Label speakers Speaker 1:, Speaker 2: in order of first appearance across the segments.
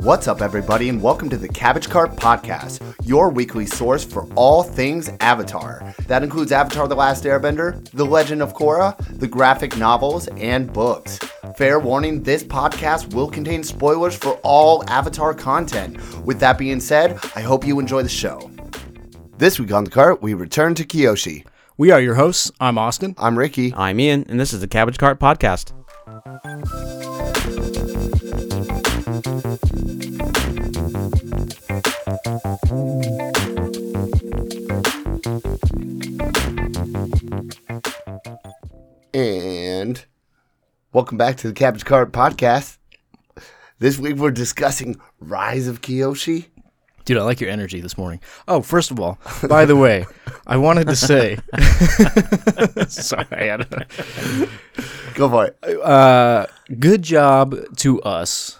Speaker 1: What's up, everybody, and welcome to the Cabbage Cart Podcast, your weekly source for all things Avatar. That includes Avatar The Last Airbender, The Legend of Korra, the graphic novels, and books. Fair warning this podcast will contain spoilers for all Avatar content. With that being said, I hope you enjoy the show. This week on the cart, we return to Kyoshi.
Speaker 2: We are your hosts. I'm Austin.
Speaker 1: I'm Ricky.
Speaker 3: I'm Ian, and this is the Cabbage Cart Podcast.
Speaker 1: And welcome back to the Cabbage Cart Podcast. This week we're discussing Rise of Kyoshi.
Speaker 2: Dude, I like your energy this morning. Oh, first of all, by the way, I wanted to say. sorry. I don't,
Speaker 1: Go for it.
Speaker 2: uh, good job to us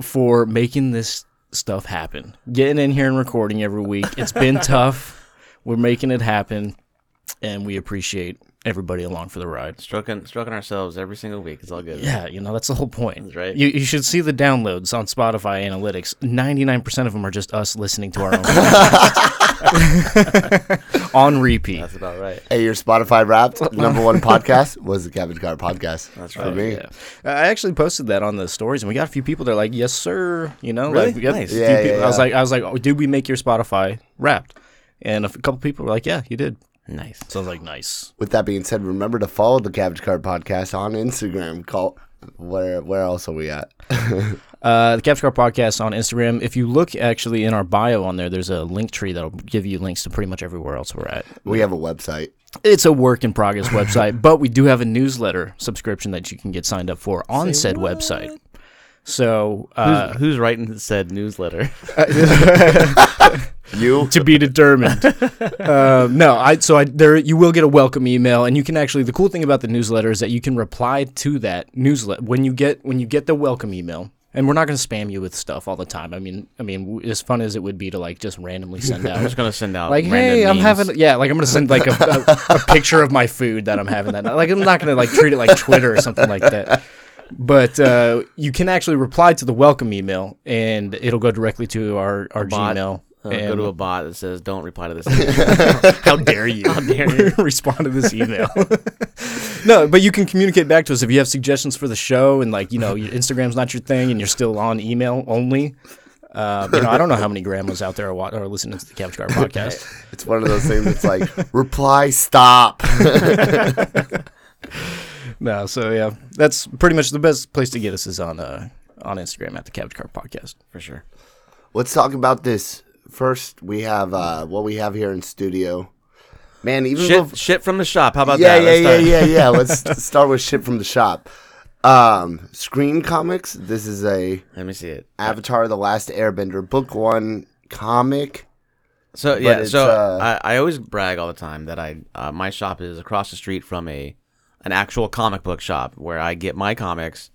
Speaker 2: for making this stuff happen. Getting in here and recording every week. It's been tough. We're making it happen, and we appreciate everybody along for the ride.
Speaker 3: Stroking, stroking ourselves every single week. It's all good.
Speaker 2: Yeah, you know, that's the whole point.
Speaker 3: That's right.
Speaker 2: You, you should see the downloads on Spotify analytics. 99% of them are just us listening to our own podcast. on repeat.
Speaker 3: That's about right.
Speaker 1: Hey, your Spotify Wrapped number one podcast was the Cabbage Cart Podcast. That's for me.
Speaker 2: Yeah. I actually posted that on the stories, and we got a few people that are like, "Yes, sir." You know,
Speaker 3: Really?
Speaker 2: like, we got a
Speaker 3: Nice.
Speaker 2: few
Speaker 1: Yeah,
Speaker 2: people-
Speaker 1: yeah,
Speaker 2: I was
Speaker 1: yeah.
Speaker 2: like, I was like, oh, "Did we make your Spotify wrapped?" And a f- couple people were like, "Yeah, you did."
Speaker 3: Nice.
Speaker 2: So I was like, "Nice."
Speaker 1: With that being said, remember to follow the Cabbage Cart Podcast on Instagram. Call where where else are we at?
Speaker 2: Uh, the Capture Card Podcast on Instagram. If you look actually in our bio on there, there's a link tree that'll give you links to pretty much everywhere else we're at.
Speaker 1: We have a website.
Speaker 2: It's a work in progress website, but we do have a newsletter subscription that you can get signed up for on said website. So uh,
Speaker 3: Who's, who's writing said newsletter?
Speaker 1: You
Speaker 2: to be determined. um, no, I so I there you will get a welcome email, and you can actually the cool thing about the newsletter is that you can reply to that newsletter when you get when you get the welcome email. And we're not going to spam you with stuff all the time. I mean, I mean, w- as fun as it would be to like just randomly send
Speaker 3: I'm
Speaker 2: out
Speaker 3: just gonna send out
Speaker 2: like
Speaker 3: random
Speaker 2: hey i'm
Speaker 3: memes.
Speaker 2: having yeah like i'm gonna send like a, a, a picture of my food that i'm having that night like i'm not gonna like treat it like twitter or something like that but uh, you can actually reply to the welcome email and it'll go directly to our, our
Speaker 3: bot.
Speaker 2: gmail
Speaker 3: Uh,
Speaker 2: and
Speaker 3: go to a bot that says, "Don't reply to this."
Speaker 2: how dare you how dare you respond to this email no but you can communicate back to us if you have suggestions for the show and like you know your instagram's not your thing and you're still on email only uh, you know, I don't know how many grandmas out there are, wa- are listening to the Couch Guard podcast.
Speaker 1: it's one of those things that's like reply stop.
Speaker 2: No, so yeah, that's pretty much the best place to get us is on uh, on Instagram at the Cabbage Cart Podcast.
Speaker 3: for sure.
Speaker 1: Let's talk about this. First we have uh what we have here in studio. Man, even bef-
Speaker 3: Shit, shit from the shop. How about
Speaker 1: yeah,
Speaker 3: that?
Speaker 1: yeah,
Speaker 3: Let's
Speaker 1: yeah,
Speaker 3: start.
Speaker 1: yeah, yeah. Let's start with shit from the shop. Um, Screen Comics. This is a
Speaker 3: Let me see it.
Speaker 1: Avatar: The Last Airbender book one comic.
Speaker 3: So yeah,
Speaker 1: it's,
Speaker 3: so
Speaker 1: uh,
Speaker 3: I, I always brag all the time that I uh, my shop is across the street from a an actual comic book shop where I get my comics,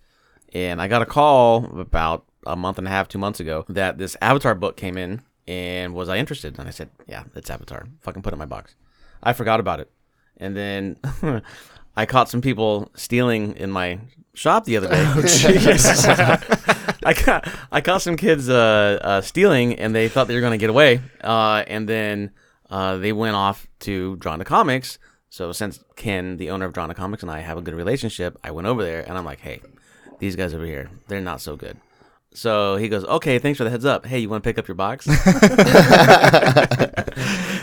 Speaker 3: and I got a call about a month and a half, two months ago that this Avatar book came in and was I interested? And I said, yeah, it's Avatar. Fucking put it in my box. I forgot about it, and then I caught some people stealing in my shop the other day.
Speaker 1: Oh,
Speaker 3: I caught I caught some kids uh, uh, stealing, and they thought they were going to get away, uh, and then uh, they went off to Drawn to Comics. So since Ken, the owner of Drawn to Comics, and I have a good relationship, I went over there, and I'm like, hey, these guys over here, they're not so good. So he goes, okay, thanks for the heads up. Hey, you want to pick up your box? and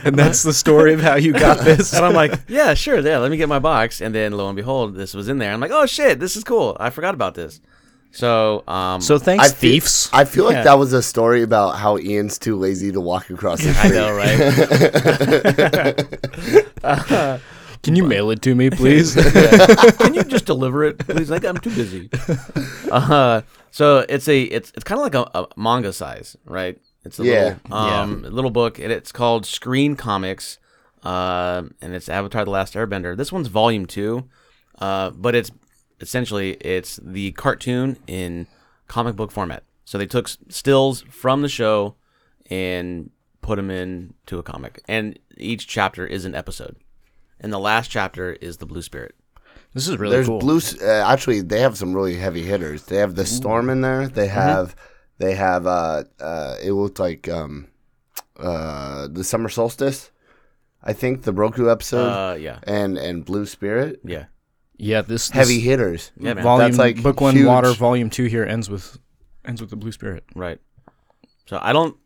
Speaker 2: And that's the story of how you got this.
Speaker 3: I'm like, yeah, sure, yeah, let me get my box. And then lo and behold, this was in there. I'm like, oh shit, this is cool. I forgot about this. So um,
Speaker 2: so thanks,
Speaker 1: feel-
Speaker 2: thieves.
Speaker 1: I feel like
Speaker 3: Yeah.
Speaker 1: that was a story about how Ian's too lazy to walk across the
Speaker 3: I
Speaker 1: street.
Speaker 3: know, right?
Speaker 2: Can you mail it to me, please?
Speaker 3: Can you just deliver it, please? Like I'm too busy. Uh, so it's a it's it's kind of like a, a manga size, right? It's a
Speaker 1: Yeah.
Speaker 3: little um little book, and it's called Screen Comics, uh, and it's Avatar: The Last Airbender. This one's volume two, uh, but it's essentially it's the cartoon in comic book format. So they took s- stills from the show and put them into a comic, and each chapter is an episode, and the last chapter is the Blue Spirit.
Speaker 2: This is really
Speaker 1: There's
Speaker 2: cool.
Speaker 1: blue. S- Uh, actually, they have some really heavy hitters. They have the storm in there. They have, they have. Uh, uh, it looked like um, uh, the summer solstice. I think the Roku episode
Speaker 3: Uh, yeah,
Speaker 1: and and Blue Spirit
Speaker 3: yeah,
Speaker 2: yeah, this, this
Speaker 1: heavy hitters.
Speaker 3: yeah, man.
Speaker 2: volume
Speaker 1: That's, like,
Speaker 2: book one
Speaker 1: huge.
Speaker 2: water volume two here ends with ends with the blue spirit.
Speaker 3: Right. So I don't.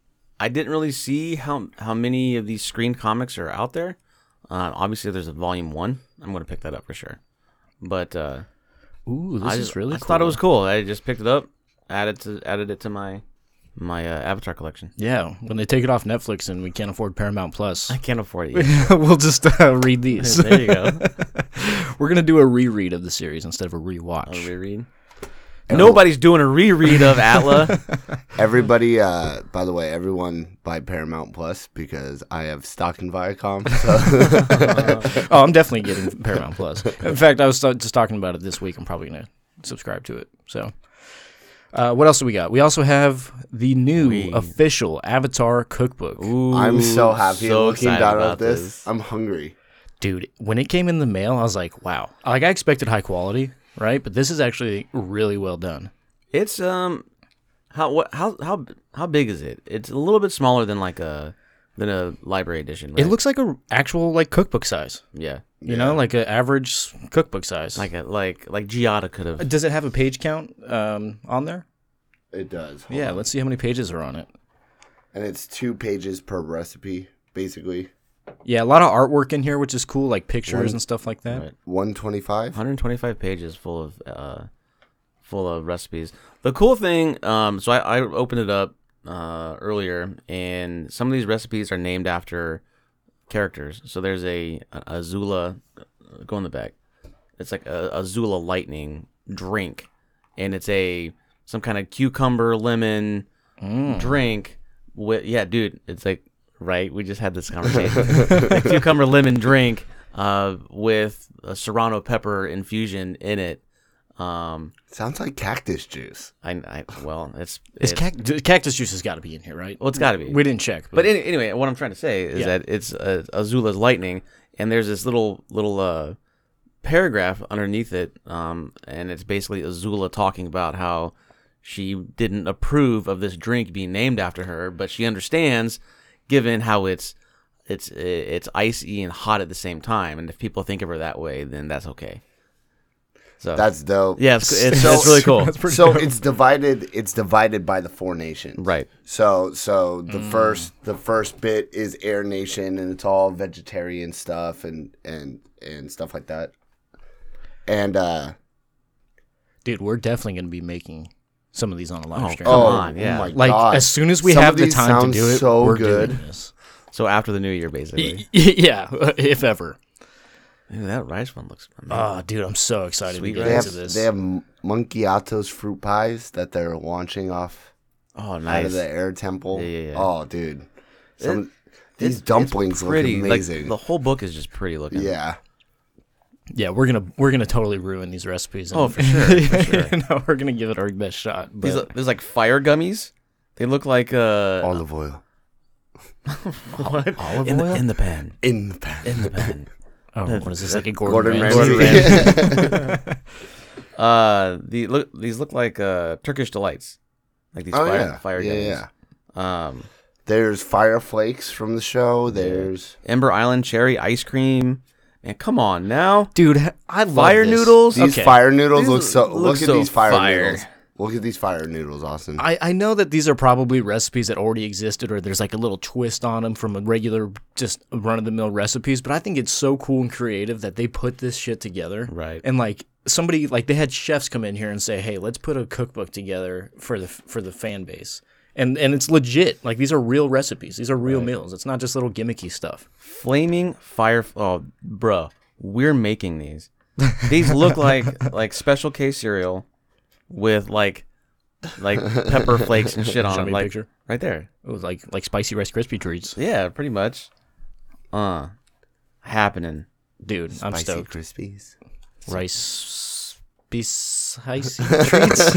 Speaker 3: I didn't really see how how many of these screen comics are out there. Uh, obviously, there's a volume one. I'm gonna pick that up for sure. But uh,
Speaker 2: Ooh, this
Speaker 3: I
Speaker 2: is
Speaker 3: just,
Speaker 2: really.
Speaker 3: I
Speaker 2: cool.
Speaker 3: just thought it was cool. I just picked it up, added to added it to my my uh, Avatar collection.
Speaker 2: Yeah, when they take it off Netflix and we can't afford Paramount Plus,
Speaker 3: I can't afford it. Yet.
Speaker 2: we'll just uh, read these.
Speaker 3: there you go.
Speaker 2: We're gonna do a reread of the series instead of a rewatch.
Speaker 3: A reread. Nobody's doing a reread of Atla.
Speaker 1: Everybody, uh, by the way, everyone buy Paramount Plus because I have stock in Viacom. So
Speaker 2: oh, I'm definitely getting Paramount Plus. In fact, I was t- just talking about it this week. I'm probably gonna subscribe to it. So, uh, what else do we got? We also have the new official Avatar cookbook.
Speaker 3: Ooh,
Speaker 1: I'm so happy
Speaker 3: so
Speaker 1: looking
Speaker 3: excited
Speaker 1: down at
Speaker 3: about
Speaker 1: this. I'm hungry.
Speaker 2: dude when it came in the mail i was like wow like i expected high quality right but this is actually really well done
Speaker 3: It's um, how what how how how big is it? It's a little bit smaller than like a than a library edition.
Speaker 2: it
Speaker 3: right?
Speaker 2: looks like a actual like cookbook size
Speaker 3: yeah,
Speaker 2: you know like an average cookbook size
Speaker 3: like a like like Giada could have.
Speaker 2: does it have a page count um, on there
Speaker 1: It does. Hold
Speaker 2: yeah
Speaker 1: on.
Speaker 2: let's see how many pages are on it
Speaker 1: and it's two pages per recipe, basically.
Speaker 2: yeah a lot of artwork in here which is cool like pictures and stuff like that
Speaker 3: Right.
Speaker 1: One twenty-five.
Speaker 3: 125 pages full of uh, full of recipes. The cool thing, um, so I, I opened it up uh, earlier, and some of these recipes are named after characters. So there's a, a Azula, uh, go in the back. It's like a Azula lightning drink, and it's a some kind of cucumber lemon drink. With yeah, dude, it's like right. We just had this conversation. A cucumber lemon drink uh, with a serrano pepper infusion in it. Um,
Speaker 1: Sounds like cactus juice.
Speaker 3: I, I well, it's
Speaker 2: It's
Speaker 3: it-
Speaker 2: cact- cactus juice has got to be in here right
Speaker 3: well, it's got to be.
Speaker 2: we didn't check
Speaker 3: But any, anyway, what I'm trying to say is
Speaker 2: Yeah.
Speaker 3: that it's uh, Azula's lightning, and there's this little little uh, paragraph underneath it, um, and it's basically Azula talking about how she didn't approve of this drink being named after her, but she understands, given how it's it's it's icy and hot at the same time, and if people think of her that way, then that's okay. So
Speaker 1: That's dope.
Speaker 3: Uh, yeah, it's, it's, it's really cool,
Speaker 1: So it's divided. It's divided by the four nations.
Speaker 3: right? Mm.
Speaker 1: So so the first the first bit is Air Nation, and it's all vegetarian stuff and and and stuff like that. And uh,
Speaker 2: dude we're definitely going to be making some of these on a live
Speaker 3: Oh,
Speaker 2: stream
Speaker 3: Come
Speaker 1: oh,
Speaker 3: on, yeah.
Speaker 1: my
Speaker 2: like
Speaker 1: God.
Speaker 2: as soon as we
Speaker 1: Some
Speaker 2: have
Speaker 1: of
Speaker 2: the
Speaker 1: these
Speaker 2: time
Speaker 1: sound
Speaker 2: to do it
Speaker 1: so
Speaker 2: we're
Speaker 1: good.
Speaker 2: doing this
Speaker 3: So after the new year, basically,
Speaker 2: Y- y- yeah, if ever.
Speaker 3: Ooh, that rice one looks. amazing.
Speaker 2: Oh, dude, I'm so excited
Speaker 3: Sweet
Speaker 2: to
Speaker 1: they
Speaker 2: get
Speaker 1: have
Speaker 2: into this.
Speaker 1: they have Monkey Ato's fruit pies that they're launching off
Speaker 3: oh,
Speaker 1: out of
Speaker 3: nice.
Speaker 1: the air temple.
Speaker 3: Yeah, yeah, yeah.
Speaker 1: Oh, dude,
Speaker 3: It-
Speaker 1: Some,
Speaker 3: It's-
Speaker 1: these dumplings
Speaker 3: it's pretty.
Speaker 1: look amazing.
Speaker 3: Like, the whole book is just pretty looking.
Speaker 1: yeah,
Speaker 2: yeah, we're gonna we're gonna totally ruin these recipes.
Speaker 3: Oh, for sure. For sure.
Speaker 2: you know, we're gonna give it our best shot.
Speaker 3: These,
Speaker 2: But
Speaker 3: there's like fire gummies. They look like uh
Speaker 1: olive oil
Speaker 2: olive
Speaker 3: in the
Speaker 2: oil?
Speaker 3: in the pan.
Speaker 1: in the pan.
Speaker 3: In the pan.
Speaker 2: oh, what is this like a Gordon,
Speaker 1: Gordon
Speaker 2: Ramsay?
Speaker 1: Ramsay.
Speaker 3: Uh, the look these look like uh Turkish delights. Like these
Speaker 1: oh
Speaker 3: fire
Speaker 1: yeah,
Speaker 3: fire
Speaker 1: yeah,
Speaker 3: gummies.
Speaker 1: yeah.
Speaker 3: Um,
Speaker 1: There's fire flakes from the show. There's
Speaker 3: Ember Island cherry ice cream. Man, come on now.
Speaker 2: Dude, ha- I love
Speaker 3: Fire
Speaker 2: this.
Speaker 3: noodles.
Speaker 1: these
Speaker 2: Okay.
Speaker 1: fire noodles look
Speaker 3: These
Speaker 1: so.
Speaker 3: look
Speaker 1: Look at
Speaker 3: so
Speaker 1: these fire,
Speaker 3: fire.
Speaker 1: noodles. Look at these fire noodles, Austin.
Speaker 2: I, I know that these are probably recipes that already existed, or there's like a little twist on them from a regular, just run of the mill recipes. But I think it's so cool and creative that they put this shit together.
Speaker 3: Right.
Speaker 2: And like somebody, like they had chefs come in here and say, "Hey, let's put a cookbook together for the for the fan base." And and it's legit. Like these are real recipes. These are real meals. It's not just little gimmicky stuff.
Speaker 3: Flaming fire. Oh, bruh, we're making these. These look like like special K cereal with like like pepper flakes and shit on
Speaker 2: Show
Speaker 3: them.
Speaker 2: me a
Speaker 3: Like
Speaker 2: picture.
Speaker 3: right there.
Speaker 2: It was like like spicy rice crispy treats,
Speaker 3: Yeah, pretty much. Uh, happening.
Speaker 2: dude. I'm
Speaker 1: Spicy
Speaker 2: stoked.
Speaker 1: crispies.
Speaker 2: Rice be spicy treats.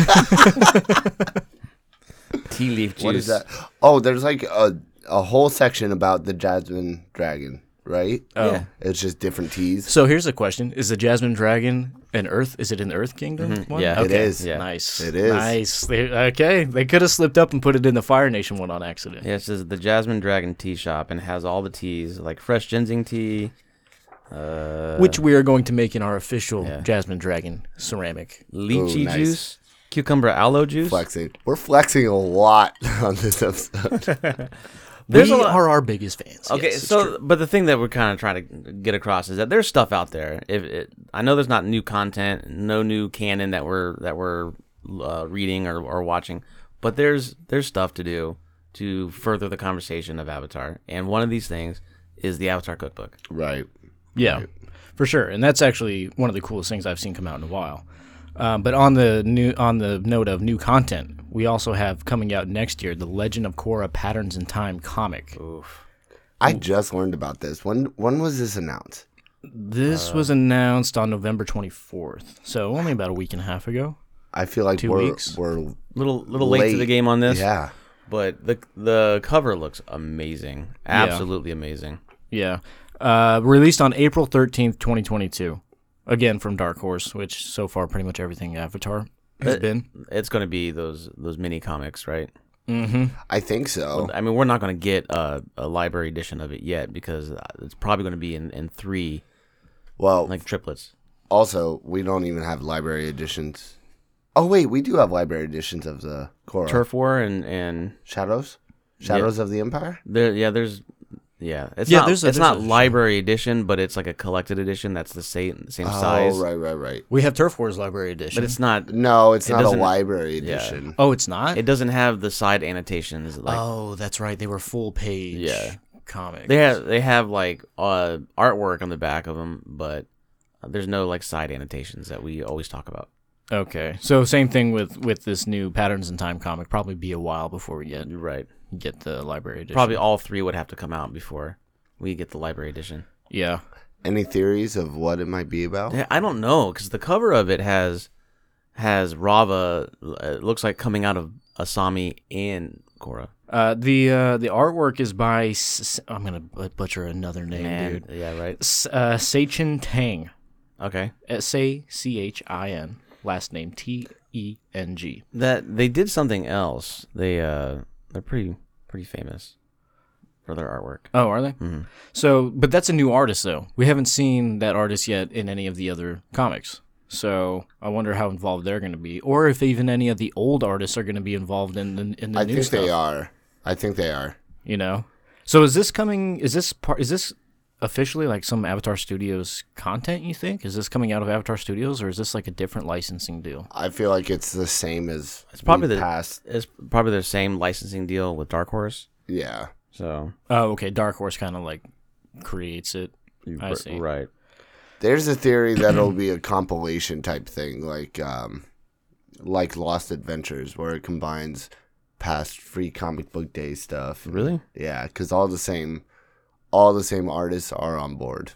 Speaker 3: Tea leaf juice.
Speaker 1: What is that? Oh, there's like a a whole section about the jasmine dragon. right?
Speaker 2: Oh.
Speaker 3: Yeah.
Speaker 1: It's just different teas.
Speaker 2: So here's a question: Is the Jasmine Dragon an Earth? Is it an Earth Kingdom? one?
Speaker 3: Mm-hmm. Yeah. It
Speaker 2: okay.
Speaker 1: is.
Speaker 3: Yeah.
Speaker 2: Nice.
Speaker 1: It is.
Speaker 2: nice. They, okay, they could have slipped up and put it in the Fire Nation one on accident.
Speaker 3: Yeah, it says the Jasmine Dragon Tea Shop and has all the teas like fresh ginseng tea. Uh,
Speaker 2: Which we are going to make in our official
Speaker 3: Yeah.
Speaker 2: Jasmine Dragon ceramic.
Speaker 3: lychee
Speaker 1: nice.
Speaker 3: juice, cucumber aloe juice.
Speaker 1: Flexing. We're flexing a lot on this episode.
Speaker 3: There's
Speaker 2: we
Speaker 3: a lot-
Speaker 2: are our biggest fans.
Speaker 3: Okay,
Speaker 2: Yes, it's
Speaker 3: so but the thing that we're kind of trying to get across is that there's stuff out there. If it, I know there's not new content, no new canon that we're that we're uh, reading or, or watching, but there's there's stuff to do to further the conversation of Avatar, and one of these things is the Avatar cookbook.
Speaker 1: right.
Speaker 2: Yeah, for sure. And that's actually one of the coolest things I've seen come out in a while. Um, but on the new on the note of new content, we also have coming out next year the Legend of Korra Patterns in Time comic.
Speaker 1: I just learned about this. When when was this announced?
Speaker 2: This was announced on November 24th, so only about a week and a half ago.
Speaker 1: I feel like
Speaker 2: 2
Speaker 1: we're
Speaker 2: weeks?
Speaker 1: we're
Speaker 3: Little little late, to
Speaker 1: Late.
Speaker 3: the game on this,
Speaker 1: yeah.
Speaker 3: but the the cover looks amazing, absolutely amazing.
Speaker 2: Yeah, uh, released on April 13th, 2022. Again from Dark Horse, which so far pretty much everything Avatar has been.
Speaker 3: It's going to be those those mini comics, right?
Speaker 1: I think so.
Speaker 3: I mean, we're not going to get a, a library edition of it yet because uh, it's probably going to be in, in three
Speaker 1: Well,
Speaker 3: like triplets.
Speaker 1: also we don't even have library editions. Oh wait, we do have library editions of the Korra
Speaker 3: Turf War and and
Speaker 1: Shadows. Shadows of the Empire.
Speaker 3: there, yeah, there's yeah, it's
Speaker 2: Yeah,
Speaker 3: not
Speaker 2: there's a-
Speaker 3: it's
Speaker 2: there's
Speaker 3: not
Speaker 2: a-
Speaker 3: library edition, but it's like a collected edition that's the same same size,
Speaker 1: Oh right, right, right.
Speaker 2: We have Turf Wars Library Edition.
Speaker 3: but it's not.
Speaker 1: No, it's not a
Speaker 3: doesn't-
Speaker 1: library edition.
Speaker 2: oh, it's not.
Speaker 3: It doesn't have the side annotations like
Speaker 2: oh, that's right. They were full page
Speaker 3: Yeah.
Speaker 2: comics.
Speaker 3: they have they have like uh, artwork on the back of them, but there's no like side annotations that we always talk about.
Speaker 2: Okay. So same thing with with this new Patterns in Time comic. Probably be a while before we get
Speaker 3: You're right.
Speaker 2: get the library edition.
Speaker 3: Probably all three would have to come out before we get the library edition.
Speaker 2: Yeah.
Speaker 1: Any theories of what it might be about?
Speaker 3: Yeah, I don't know because the cover of it has has Rava. uh, It looks like coming out of Asami and Korra.
Speaker 2: Uh, the uh, the artwork is by S- I'm gonna but- butcher another name,
Speaker 3: And
Speaker 2: dude.
Speaker 3: yeah, right.
Speaker 2: S- uh, Seichin Tang.
Speaker 3: Okay,
Speaker 2: S a c h i n. Last name T e n g.
Speaker 3: that they did something else. They uh, they're pretty pretty famous for their artwork.
Speaker 2: Oh, are they?
Speaker 1: Mm-hmm.
Speaker 2: So, but that's a new artist though. We haven't seen that artist yet in any of the other comics. So I wonder how involved they're going to be, or if even any of the old artists are going to be involved in the in the
Speaker 1: I
Speaker 2: new
Speaker 1: think
Speaker 2: stuff.
Speaker 1: they are. I think they are.
Speaker 2: You know. So is this coming? Is this part? Is this officially like some Avatar Studios content? You think is this coming out of Avatar Studios, or is this like a different licensing deal?
Speaker 1: I feel like it's the same as
Speaker 3: It's probably
Speaker 1: we
Speaker 3: the
Speaker 1: past.
Speaker 3: It's probably their same licensing deal with Dark Horse.
Speaker 1: Yeah,
Speaker 3: So
Speaker 2: Oh, okay. Dark Horse kind of like creates it. I see.
Speaker 3: Right.
Speaker 1: there's a theory that it'll be a compilation type thing, like um, like Lost Adventures, where it combines past free comic book day stuff.
Speaker 3: Really?
Speaker 1: Yeah, because all the same, all the same artists are on board.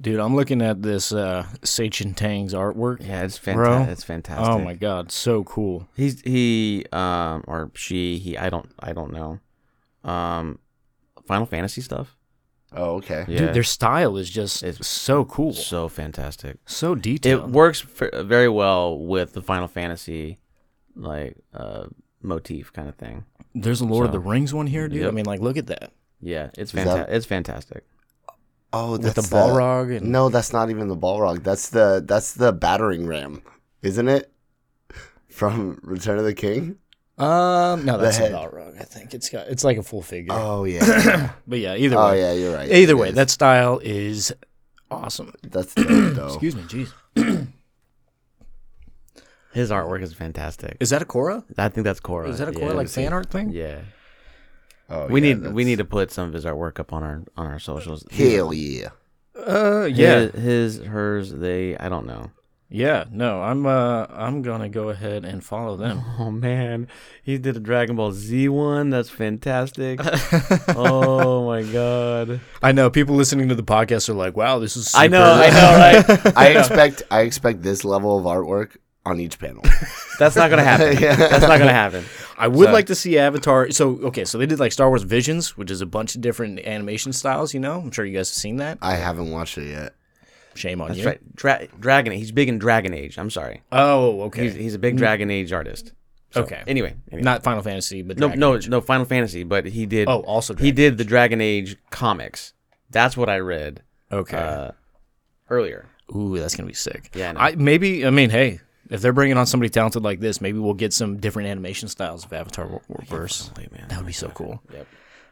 Speaker 2: Dude, I'm looking at this uh, Seichin Tang's artwork.
Speaker 3: Yeah, it's
Speaker 2: Bro.
Speaker 3: fantastic. It's fantastic.
Speaker 2: Oh my god, so cool.
Speaker 3: He's he um or she he I don't I don't know. Um, Final Fantasy stuff.
Speaker 1: Oh, okay.
Speaker 3: Yeah,
Speaker 2: Dude, their style is just
Speaker 3: It's-
Speaker 2: so cool, so,
Speaker 3: so fantastic. It
Speaker 2: detailed.
Speaker 3: works f- very well with the Final Fantasy like uh motif kind of thing.
Speaker 2: There's a Lord of the Rings one here, dude. I
Speaker 3: Yep.
Speaker 2: mean, like, look at that
Speaker 3: Yeah,
Speaker 1: Is
Speaker 3: it's fantastic.
Speaker 1: that-
Speaker 3: It's fantastic.
Speaker 1: Oh,
Speaker 2: with
Speaker 1: that's
Speaker 2: the Balrog and
Speaker 1: No, that's not even the Balrog. That's the that's the battering ram, isn't it? From Return of the King.
Speaker 2: um, no, that's a
Speaker 1: head.
Speaker 2: Balrog. I think it's got it's like a full figure.
Speaker 1: Oh yeah.
Speaker 2: but yeah, either
Speaker 1: oh
Speaker 2: way,
Speaker 1: yeah, you're right.
Speaker 2: either
Speaker 1: It
Speaker 2: way,
Speaker 1: is.
Speaker 2: that style is awesome.
Speaker 1: that's dope, though.
Speaker 2: Excuse me, jeez.
Speaker 3: His artwork is fantastic.
Speaker 2: Is that a Korra?
Speaker 3: I think that's Korra.
Speaker 1: Uh,
Speaker 2: Is that a
Speaker 3: yeah,
Speaker 2: Korra like fan art thing?
Speaker 3: Yeah.
Speaker 1: Oh,
Speaker 3: We
Speaker 1: yeah,
Speaker 3: need
Speaker 1: that's-
Speaker 3: we need to put some of his artwork up on our on our socials.
Speaker 1: Hell yeah.
Speaker 2: Uh, yeah,
Speaker 3: Yeah, his, hers, they I don't know.
Speaker 2: yeah. No, I'm uh, I'm gonna go ahead and follow them.
Speaker 3: Oh man, he did a Dragon Ball Z one. That's fantastic. oh my god.
Speaker 2: I know people listening to the podcast are like, "Wow, this is." Super.
Speaker 3: know, right?
Speaker 1: I expect I expect this level of artwork on each panel.
Speaker 3: That's not gonna happen.
Speaker 1: Yeah.
Speaker 3: That's not gonna happen.
Speaker 2: I would like to see Avatar. So okay, so they did like Star Wars Visions, which is a bunch of different animation styles. You know, I'm sure you guys have seen that.
Speaker 1: I haven't watched it yet.
Speaker 2: Shame on
Speaker 3: That's
Speaker 2: you.
Speaker 3: right. Dra- Dragon. He's big in Dragon Age. I'm sorry.
Speaker 2: Oh, okay,
Speaker 3: He's, he's a big Dragon Age artist.
Speaker 2: okay.
Speaker 3: Anyway, Mm. anyway.
Speaker 2: Not Final Fantasy, but
Speaker 3: no,
Speaker 2: Dragon
Speaker 3: no,
Speaker 2: Age.
Speaker 3: no. Final Fantasy, but he did.
Speaker 2: Oh, also
Speaker 3: he
Speaker 2: Dragon
Speaker 3: did the Dragon Age comics. That's what I read
Speaker 2: Okay.
Speaker 3: uh, earlier.
Speaker 2: Ooh, that's gonna be sick.
Speaker 3: Yeah, I know.
Speaker 2: I, maybe. I mean, hey, if they're bringing on somebody talented like this, maybe we'll get some different animation styles of Avatar Wo- Wo- verse.
Speaker 3: man.
Speaker 2: That would be so cool.
Speaker 3: Yep.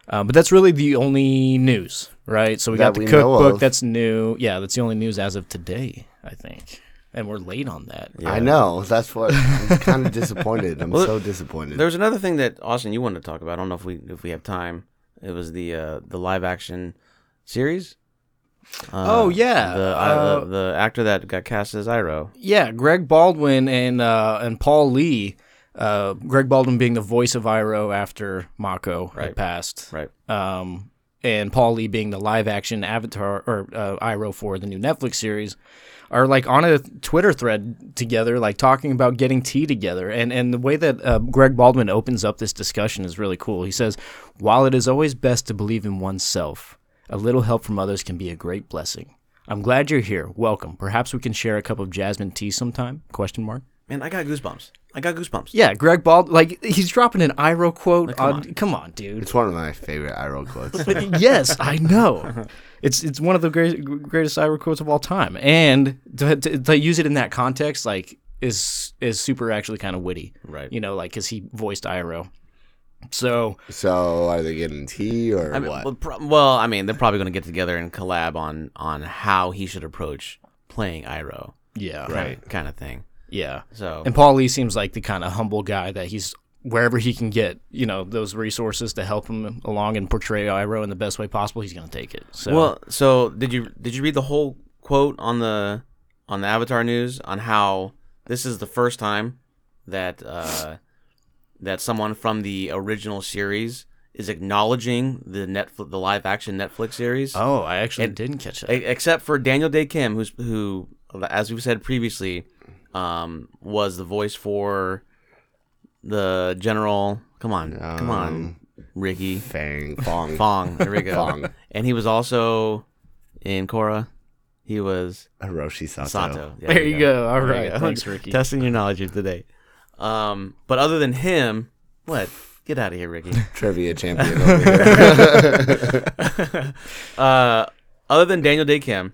Speaker 2: Uh, but that's really the only news, right? So we got
Speaker 1: That
Speaker 2: the
Speaker 1: we know
Speaker 2: cookbook.
Speaker 1: of.
Speaker 2: That's new. Yeah, that's the only news as of today, I think. And we're late on that.
Speaker 1: I know. That's what I'm kind of disappointed. I'm so disappointed.
Speaker 3: There was another thing that Austin you wanted to talk about. I don't know if we if we have time. It was the uh, the live action series. Uh,
Speaker 2: Oh, yeah.
Speaker 3: the, uh,
Speaker 2: Uh,
Speaker 3: the the actor that got cast as Iroh.
Speaker 2: Yeah, Greg Baldwin and uh, and Paul Lee. Uh, Greg Baldwin being the voice of Iroh after Mako
Speaker 3: Right.
Speaker 2: had passed,
Speaker 3: Right.
Speaker 2: um, and Paul Lee being the live action Avatar or uh, Iroh for the new Netflix series, are like on a Twitter thread together, like talking about getting tea together. And and the way that uh, Greg Baldwin opens up this discussion is really cool. He says, "While it is always best to believe in oneself, a little help from others can be a great blessing." I'm glad you're here. Welcome. Perhaps we can share a cup of jasmine tea sometime? Question mark.
Speaker 3: Man, I got goosebumps. I got goosebumps.
Speaker 2: Yeah, Greg Bald, like he's dropping an Iro quote. on, come on, dude.
Speaker 1: it's one of my favorite Iroh quotes.
Speaker 2: yes, I know. It's it's one of the great, greatest cyber quotes of all time, and to, to, to use it in that context, like is is super actually kind of witty,
Speaker 3: Right.
Speaker 2: You know, like because he voiced Iroh, so
Speaker 1: so are they getting tea or
Speaker 3: I mean,
Speaker 1: what?
Speaker 3: Well, pro- well, I mean, they're probably going to get together and collab on on how he should approach playing Iroh,
Speaker 2: yeah,
Speaker 3: Kind of thing.
Speaker 2: yeah.
Speaker 3: So
Speaker 2: And Paul Lee seems like the kind of humble guy that he's wherever he can get, you know, those resources to help him along and portray Iroh in the best way possible. He's gonna take it. So
Speaker 3: Well, so did you did you read the whole quote on the on the Avatar news on how this is the first time that uh, that someone from the original series is acknowledging the Netflix the live action Netflix series,
Speaker 2: oh, I actually didn't catch that.
Speaker 3: E- except for Daniel Day Kim, who's who, as we've said previously, um, was the voice for the general. Come on, come
Speaker 2: Um,
Speaker 3: on, Ricky.
Speaker 1: Fang Fong.
Speaker 3: Fong. There we go.
Speaker 1: Fong.
Speaker 3: And he was also in Korra. He was
Speaker 1: Hiroshi Sato.
Speaker 3: Sato. Yeah,
Speaker 2: Oh. there you go. All
Speaker 3: There you
Speaker 2: right,
Speaker 3: go.
Speaker 2: thanks, Ricky.
Speaker 3: Testing your knowledge of today. Um, but other than him, what? Get out of here, Ricky.
Speaker 1: Trivia champion over here.
Speaker 3: Uh, other than Daniel Day Kim,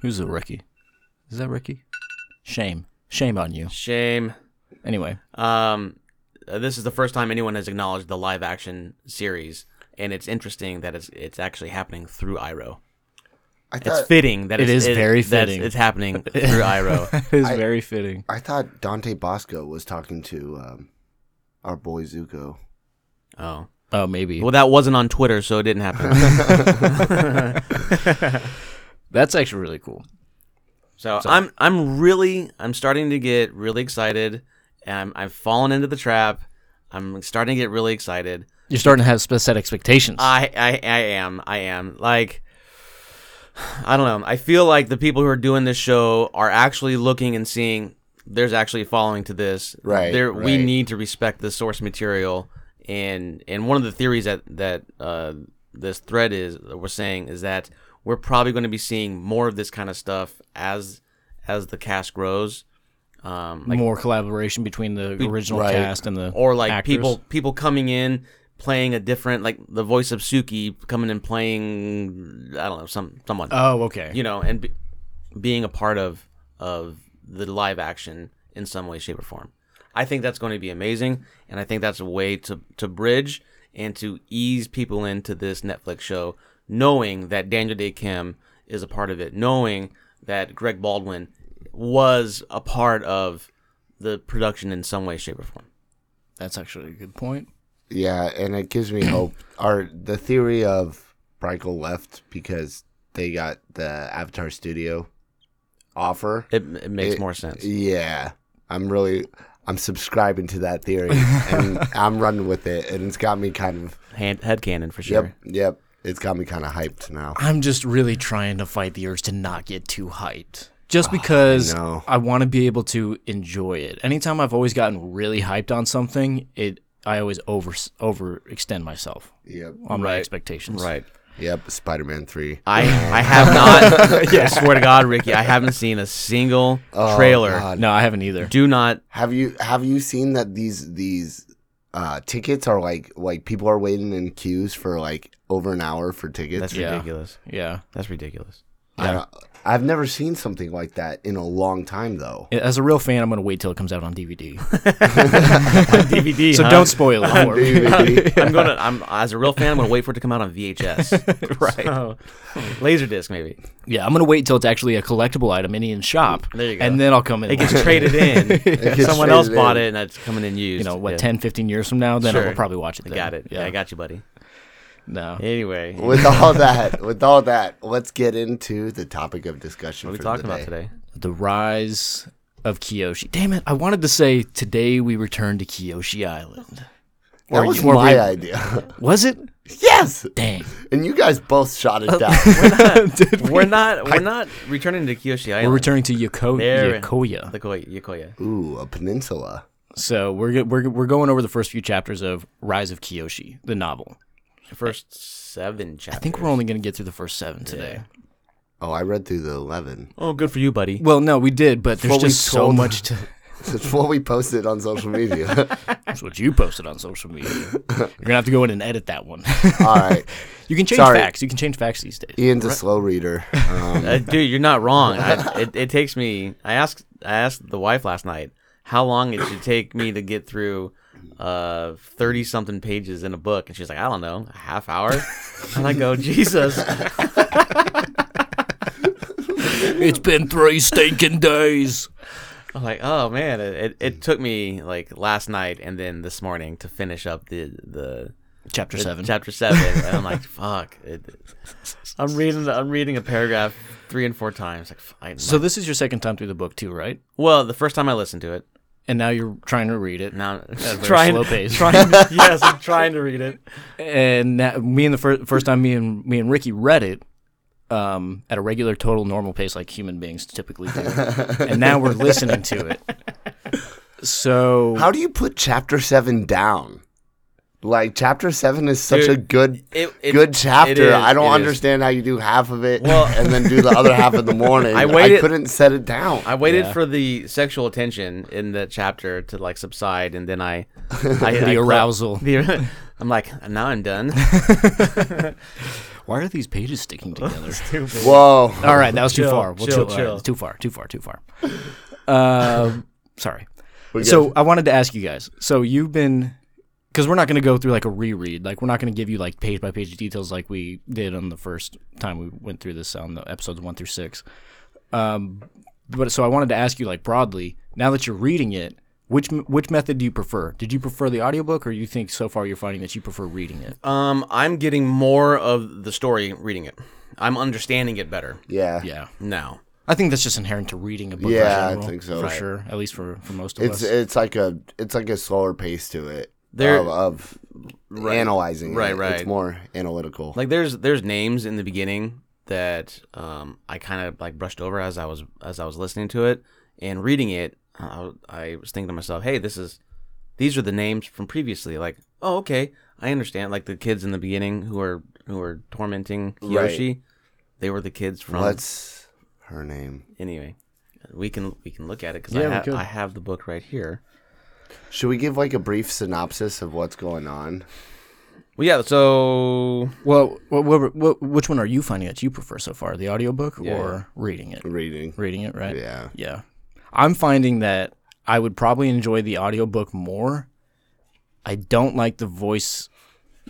Speaker 2: Who's the Ricky? Is that Ricky? Shame. Shame on you.
Speaker 3: shame.
Speaker 2: Anyway.
Speaker 3: Um, uh, this is the first time anyone has acknowledged the live action series, and it's interesting that it's it's actually happening through Iroh.
Speaker 1: I
Speaker 3: It's
Speaker 1: thought,
Speaker 3: fitting that
Speaker 2: It
Speaker 3: it's,
Speaker 2: is very
Speaker 3: that's-
Speaker 2: fitting.
Speaker 3: It's happening through Iroh.
Speaker 2: It is very fitting.
Speaker 1: I thought Dante Bosco was talking to um, our boy Zuko.
Speaker 3: Oh.
Speaker 2: Oh, maybe.
Speaker 3: Well, that wasn't on Twitter, so it didn't happen.
Speaker 2: That's actually really cool.
Speaker 3: So, I'm I'm really I'm starting to get really excited. And I'm I've fallen into the trap. I'm starting to get really excited.
Speaker 2: You're starting to have sp- set expectations.
Speaker 3: I I, I am I am like I don't know. I feel like the people who are doing this show are actually looking and seeing. There's actually a following to this.
Speaker 1: Right,
Speaker 3: There we
Speaker 1: right.
Speaker 3: need to respect the source material. And and one of the theories that that uh, this thread is that we're saying is that we're probably going to be seeing more of this kind of stuff as as the cast grows. Um, like
Speaker 2: More collaboration between the original
Speaker 1: right.
Speaker 2: cast and the
Speaker 3: or like
Speaker 2: actors.
Speaker 3: people people coming in playing a different like the voice of Suki coming and playing I don't know some someone
Speaker 2: Oh, okay.
Speaker 3: you know and be, being a part of of the live action in some way shape or form. I think that's going to be amazing and I think that's a way to to bridge and to ease people into this Netflix show knowing that Daniel Day Kim is a part of it, knowing that Greg Baldwin was a part of the production in some way shape or form.
Speaker 2: That's actually a good point.
Speaker 1: Yeah, and it gives me hope. Our the theory of Brickle left because they got the Avatar Studio offer.
Speaker 3: It, it makes
Speaker 1: It-
Speaker 3: more sense.
Speaker 1: Yeah, I'm really I'm subscribing to that theory, and I'm running with it, and it's got me kind of
Speaker 3: Hand, head cannon for sure.
Speaker 1: yep yep. It's got me kind of hyped now.
Speaker 2: I'm just really trying to fight the urge to not get too hyped. just because
Speaker 1: know.
Speaker 2: I, want to be able to enjoy it. Anytime I've always gotten really hyped on something, it I always over overextend myself
Speaker 1: Yep.
Speaker 2: on my expectations.
Speaker 3: Right.
Speaker 1: Yep. Spider Man 3.
Speaker 3: I I have not. I swear to God, Ricky, I haven't seen a single trailer.
Speaker 1: God.
Speaker 2: No, I haven't either.
Speaker 3: Do not.
Speaker 1: Have you have you seen that these these uh tickets are like like people are waiting in queues for like over an hour for tickets?
Speaker 3: That's
Speaker 2: Yeah.
Speaker 3: ridiculous.
Speaker 2: Yeah.
Speaker 3: That's ridiculous.
Speaker 1: I don't- I've never seen something like that in a long time though.
Speaker 2: As a real fan, I'm going to wait till it comes out on DVD.
Speaker 3: DVD.
Speaker 2: so don't spoil it for me.
Speaker 1: DVD.
Speaker 3: I'm gonna. I'm as a real fan. I'm gonna wait for it to come out on VHS. right. Laserdisc maybe.
Speaker 2: Yeah, I'm going to wait till it's actually a collectible item in Ian's shop.
Speaker 3: There you go.
Speaker 2: And then I'll come in.
Speaker 3: It gets traded in.
Speaker 1: gets
Speaker 3: Someone else
Speaker 1: traded
Speaker 3: bought
Speaker 1: in.
Speaker 3: it, and that's coming in
Speaker 2: you
Speaker 3: used.
Speaker 2: know, what,
Speaker 3: Yeah.
Speaker 2: 10, 15 years from now, then
Speaker 3: Sure.
Speaker 2: I'll probably watch it.
Speaker 3: I
Speaker 2: then.
Speaker 3: got it. Yeah.
Speaker 2: Yeah,
Speaker 3: I got you, buddy.
Speaker 2: no.
Speaker 3: Anyway, what
Speaker 1: with all that, with all that, let's get into the topic of discussion
Speaker 3: are we
Speaker 1: for
Speaker 3: talking
Speaker 1: the
Speaker 3: about
Speaker 1: day.
Speaker 3: today?
Speaker 2: The Rise of Kiyoshi. Damn it, I wanted to say today we return to Kiyoshi Island.
Speaker 1: That
Speaker 2: Or
Speaker 1: was
Speaker 2: you- or
Speaker 1: my
Speaker 2: we-
Speaker 1: idea.
Speaker 2: Was it?
Speaker 1: yes,
Speaker 2: Dang.
Speaker 1: and you guys both shot it down.
Speaker 3: We're not. We're not returning to Kyoshi Island.
Speaker 2: We're returning to Yoko-
Speaker 3: There-
Speaker 2: Yokoya.
Speaker 3: The Koy- Yokoya.
Speaker 1: Ooh, a peninsula.
Speaker 2: So we're, go- we're we're going over the first few chapters of Rise of Kiyoshi, the novel.
Speaker 3: The first seven chapters.
Speaker 2: I think we're only going to get through the first seven today.
Speaker 1: Oh, I read through the eleven.
Speaker 3: Oh, good for you, buddy.
Speaker 2: Well, no, we did, but there's
Speaker 1: what we
Speaker 2: just so
Speaker 1: told-
Speaker 2: much to.
Speaker 1: That's what we posted on social media.
Speaker 2: That's what you posted on social media. You're going to have to go in and edit that one.
Speaker 1: all right,
Speaker 2: you can change
Speaker 1: Uh, Sorry.
Speaker 2: facts. You can change facts these days.
Speaker 1: Ian's a slow reader. Um,
Speaker 3: Uh, dude, you're not wrong. I, it, it takes me. I asked. I asked the wife last night how long it should take me to get through uh 30 something pages in a book and she's like i don't know a half hour and i go jesus
Speaker 2: it's been three stinking days.
Speaker 3: i'm like oh man it, it, it took me like last night and then this morning to finish up the the
Speaker 2: Chapter seven.
Speaker 3: chapter seven, and I'm like, fuck. It, I'm reading. I'm reading a paragraph three and four times. Like, fine.
Speaker 2: so this is your second time through the book too, right?
Speaker 3: well, the first time I listened to it,
Speaker 2: And now you're trying to read it.
Speaker 3: now
Speaker 2: very
Speaker 3: trying,
Speaker 2: slow pace.
Speaker 3: trying. yes, I'm trying to read it.
Speaker 2: and that, me and the fir- first time me and me and Ricky read it um, at a regular total normal pace like human beings typically do, and now we're listening to it. So
Speaker 1: How do you put chapter seven down? Like chapter seven is such
Speaker 3: Dude,
Speaker 1: a good
Speaker 3: it- it-
Speaker 1: good chapter.
Speaker 3: it is,
Speaker 1: I
Speaker 3: it
Speaker 1: don't
Speaker 3: is.
Speaker 1: understand how you do half of it
Speaker 3: Well-
Speaker 1: and then do the other half in the morning.
Speaker 3: I waited-
Speaker 1: I couldn't set it down.
Speaker 3: I waited for the sexual tension in that chapter to like subside, and then I, I
Speaker 2: the arousal.
Speaker 3: The, I'm like, now I'm done.
Speaker 2: Why are these pages sticking together?
Speaker 1: Whoa.
Speaker 2: All right, that was too
Speaker 3: Chill,
Speaker 2: far. Well,
Speaker 3: chill,
Speaker 2: too, all
Speaker 3: chill.
Speaker 2: right, too far. Too far. Too far. Um, sorry. So I wanted to ask you guys. So you've been, because we're not going to go through like a reread. Like we're not going to give you like page by page details like we did on the first time we went through this on the episodes one through six. Um, but so I wanted to ask you like broadly. Now that you're reading it, which m- which method do you prefer? Did you prefer the audiobook, or you think so far you're finding that you prefer reading it?
Speaker 3: Um, I'm getting more of the story reading it. I'm understanding it better
Speaker 1: Yeah.
Speaker 2: Yeah,
Speaker 3: now.
Speaker 2: I think that's just inherent to reading a book. in
Speaker 1: Yeah, I
Speaker 2: general,
Speaker 1: think so.
Speaker 2: for
Speaker 1: Right.
Speaker 2: sure. At least for for most of
Speaker 1: It's
Speaker 2: us.
Speaker 1: it's like a it's like a slower pace to it.
Speaker 3: There-
Speaker 1: of, of analyzing. it.
Speaker 3: Right, right.
Speaker 1: It's more analytical.
Speaker 3: like there's there's names in the beginning that um, I kind of like brushed over as I was as I was listening to it and reading it. I, I was thinking to myself, hey, this is these are the names from previously. Like, oh, okay, I understand. Like the kids in the beginning who are who are tormenting
Speaker 1: Right.
Speaker 3: Kiyoshi, they were the kids from.
Speaker 1: What's her name?
Speaker 3: Anyway, we can we can look at it because
Speaker 2: Yeah,
Speaker 3: I,
Speaker 2: we
Speaker 3: ha-
Speaker 2: could.
Speaker 3: I have the book right here.
Speaker 1: Should we give like a brief synopsis of what's going on?
Speaker 3: Well, yeah. So
Speaker 2: Well, what, what, what, which one are you finding that you prefer so far? The audiobook
Speaker 3: Yeah.
Speaker 2: or reading it?
Speaker 1: Reading.
Speaker 2: Reading it, right?
Speaker 1: Yeah.
Speaker 2: Yeah. I'm finding that I would probably enjoy the audiobook more. I don't like the voice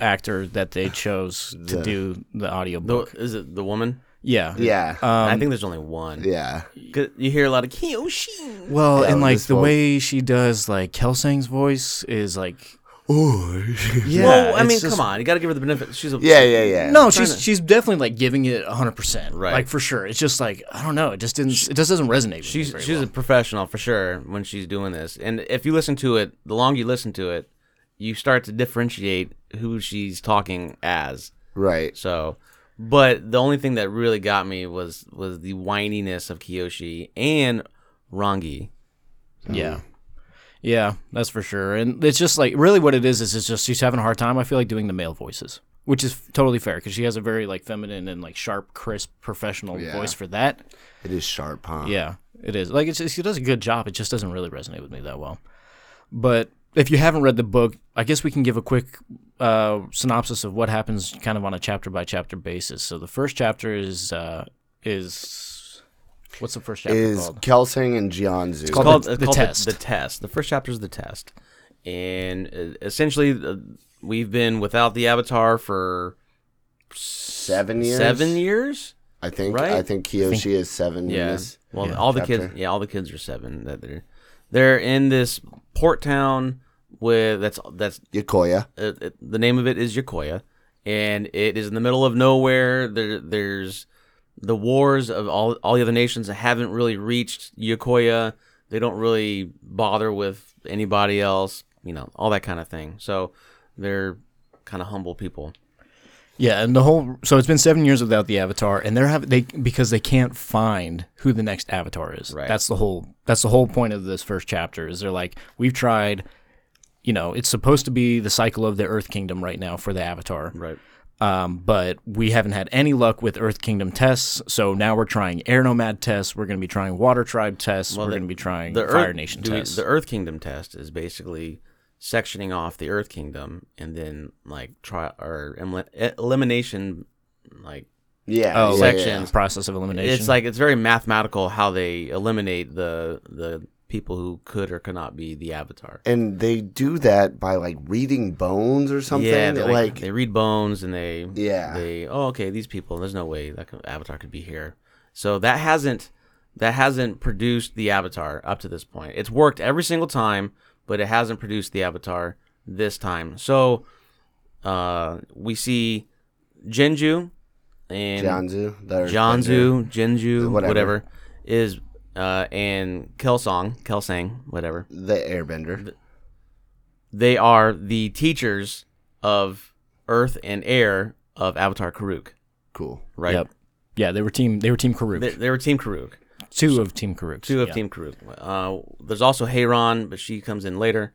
Speaker 2: actor that they chose to do the
Speaker 3: the,
Speaker 2: audiobook.
Speaker 3: is it the woman?
Speaker 2: yeah. Um,
Speaker 1: Yeah.
Speaker 3: I think there's only one.
Speaker 1: yeah.
Speaker 3: 'Cause You hear a lot of Kiyoshi.
Speaker 2: Well, and like
Speaker 1: this
Speaker 2: the
Speaker 1: one.
Speaker 2: way she does like Kelsang's voice is like Yeah.
Speaker 3: Well, I
Speaker 2: it's
Speaker 3: mean,
Speaker 2: just-
Speaker 3: come on, you got to give her the benefit. She's a
Speaker 1: Yeah. Yeah. Yeah.
Speaker 2: No, she's she's definitely like giving it 100%.
Speaker 3: Right.
Speaker 2: Like for sure. It's just like I don't know, it just didn't it just doesn't resonate with
Speaker 3: she's
Speaker 2: me very
Speaker 3: she's a professional for sure when she's doing this. And if you listen to it, the longer you listen to it, you start to differentiate who she's talking as.
Speaker 1: Right.
Speaker 3: So, But the only thing that really got me was was the whininess of Kiyoshi and Rangi.
Speaker 2: Yeah. Yeah, that's for sure. And it's just like really what it is is it's just she's having a hard time. I feel like doing the male voices, which is totally fair because she has a very like feminine and like sharp, crisp, professional
Speaker 1: Yeah.
Speaker 2: voice for that.
Speaker 1: It is sharp, huh?
Speaker 2: Yeah, it is. Like it's, it's, she does a good job. It just doesn't really resonate with me that well. But if you haven't read the book, I guess we can give a quick uh, synopsis of what happens, kind of on a chapter by chapter basis. So the first chapter is uh, is what's the first chapter
Speaker 1: Is
Speaker 2: called?
Speaker 1: Kelsing and Jianzu.
Speaker 3: It's
Speaker 2: called
Speaker 3: called,
Speaker 2: The-
Speaker 3: it's
Speaker 2: The
Speaker 3: called
Speaker 2: Test.
Speaker 3: The, test. The first chapter is the test, and uh, essentially, uh, we've been without the avatar for
Speaker 1: seven years.
Speaker 3: seven years.
Speaker 1: I think.
Speaker 3: right?
Speaker 1: I think Kiyoshi is seven
Speaker 3: Yeah.
Speaker 1: years.
Speaker 3: Well, all the kids.
Speaker 1: Chapter.
Speaker 3: Yeah, all the kids are seven. That they're they're in this port town with that's that's
Speaker 1: Yakoya.
Speaker 3: uh, uh, the name of it is Yokoya, and it is in the middle of nowhere. There, there's the wars of all all the other nations that haven't really reached Yokoya. They don't really bother with anybody else, you know, all that kind of thing. So they're kind of humble people.
Speaker 2: Yeah, and the whole so it's been seven years without the avatar, and they're have they because they can't find who the next avatar is.
Speaker 3: Right.
Speaker 2: That's the whole that's the whole point of this first chapter is they're like we've tried, you know, it's supposed to be the cycle of the Earth Kingdom right now for the avatar,
Speaker 3: Right.
Speaker 2: um, but we haven't had any luck with Earth Kingdom tests, so now we're trying Air Nomad tests, we're going to be trying Water Tribe tests, we're
Speaker 3: the-
Speaker 2: going to be trying
Speaker 3: The
Speaker 2: Fire
Speaker 3: Earth,
Speaker 2: Nation
Speaker 3: do we-
Speaker 2: tests.
Speaker 3: The Earth Kingdom test is basically sectioning off the Earth Kingdom and then like try or emla- e- elimination like
Speaker 1: Yeah.
Speaker 2: oh,
Speaker 1: yeah,
Speaker 2: like
Speaker 1: yeah.
Speaker 3: sections.
Speaker 2: process of elimination.
Speaker 3: It's like it's very mathematical how they eliminate the the people who could or could not be the avatar.
Speaker 1: And they do that by like reading bones or something.
Speaker 3: yeah, they,
Speaker 1: that,
Speaker 3: like,
Speaker 1: like,
Speaker 3: they read bones and they
Speaker 1: Yeah.
Speaker 3: they oh okay these people there's no way that could, avatar could be here. So that hasn't that hasn't produced the avatar up to this point. It's worked every single time, but it hasn't produced the avatar this time. So uh, we see Genju and
Speaker 1: Jianzu. they're-
Speaker 3: Janzu, Jinju,
Speaker 1: Whatever.
Speaker 3: whatever, is uh, and Kelsong, Kelsang, whatever.
Speaker 1: The Airbender.
Speaker 3: They are the teachers of Earth and Air of Avatar Karuk,
Speaker 1: cool.
Speaker 3: right?
Speaker 2: Yep. yeah, they were team they were team Karuk,
Speaker 3: They, they were Team Karuk,
Speaker 2: two of team Karuk,
Speaker 3: two of Team Karuk. Uh, there's also Heyron, but she comes in later.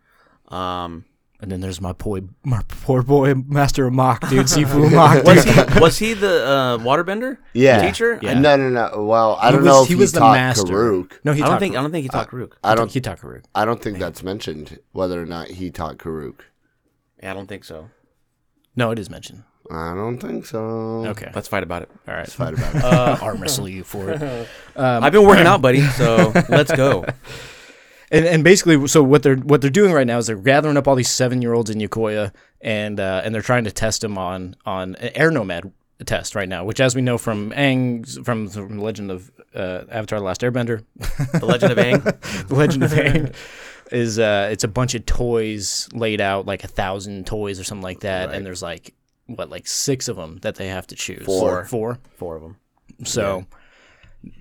Speaker 3: Um,
Speaker 2: And then there's my boy, my poor boy, Master Mock, dude, Sifu Mock, dude.
Speaker 3: was, he, was he the uh, waterbender?
Speaker 1: Yeah.
Speaker 3: Teacher?
Speaker 2: Yeah.
Speaker 1: Uh, No, no, no. Well, I
Speaker 2: He
Speaker 1: don't
Speaker 2: was-
Speaker 1: know if
Speaker 2: he
Speaker 1: he,
Speaker 2: was the
Speaker 1: taught
Speaker 2: master.
Speaker 1: Karuk.
Speaker 2: No, he
Speaker 3: I don't
Speaker 2: taught
Speaker 3: think I
Speaker 2: Karuk.
Speaker 3: don't think he taught Karuk.
Speaker 1: I don't.
Speaker 2: he taught Karuk.
Speaker 1: I don't think that's mentioned whether or not he taught Karuk.
Speaker 3: Yeah, I don't think so.
Speaker 2: No, it is mentioned.
Speaker 1: I don't think so.
Speaker 2: Okay,
Speaker 3: Let's fight about it.
Speaker 2: all right.
Speaker 1: Fight about it.
Speaker 2: Uh, arm wrestle you for it.
Speaker 3: Um, I've been working out, buddy. So let's go.
Speaker 2: And, and basically, so what they're what they're doing right now is they're gathering up all these seven year olds in Yokoya, and uh, and they're trying to test them on on an air nomad test right now, which, as we know from Aang's from, from Legend of uh, Avatar: The Last Airbender,
Speaker 3: The Legend of Aang.
Speaker 2: The Legend of Aang is uh, it's a bunch of toys laid out like a thousand toys or something like that, and there's like what like six of them that they have to choose.
Speaker 1: Four.
Speaker 2: four.
Speaker 3: Four of them.
Speaker 2: So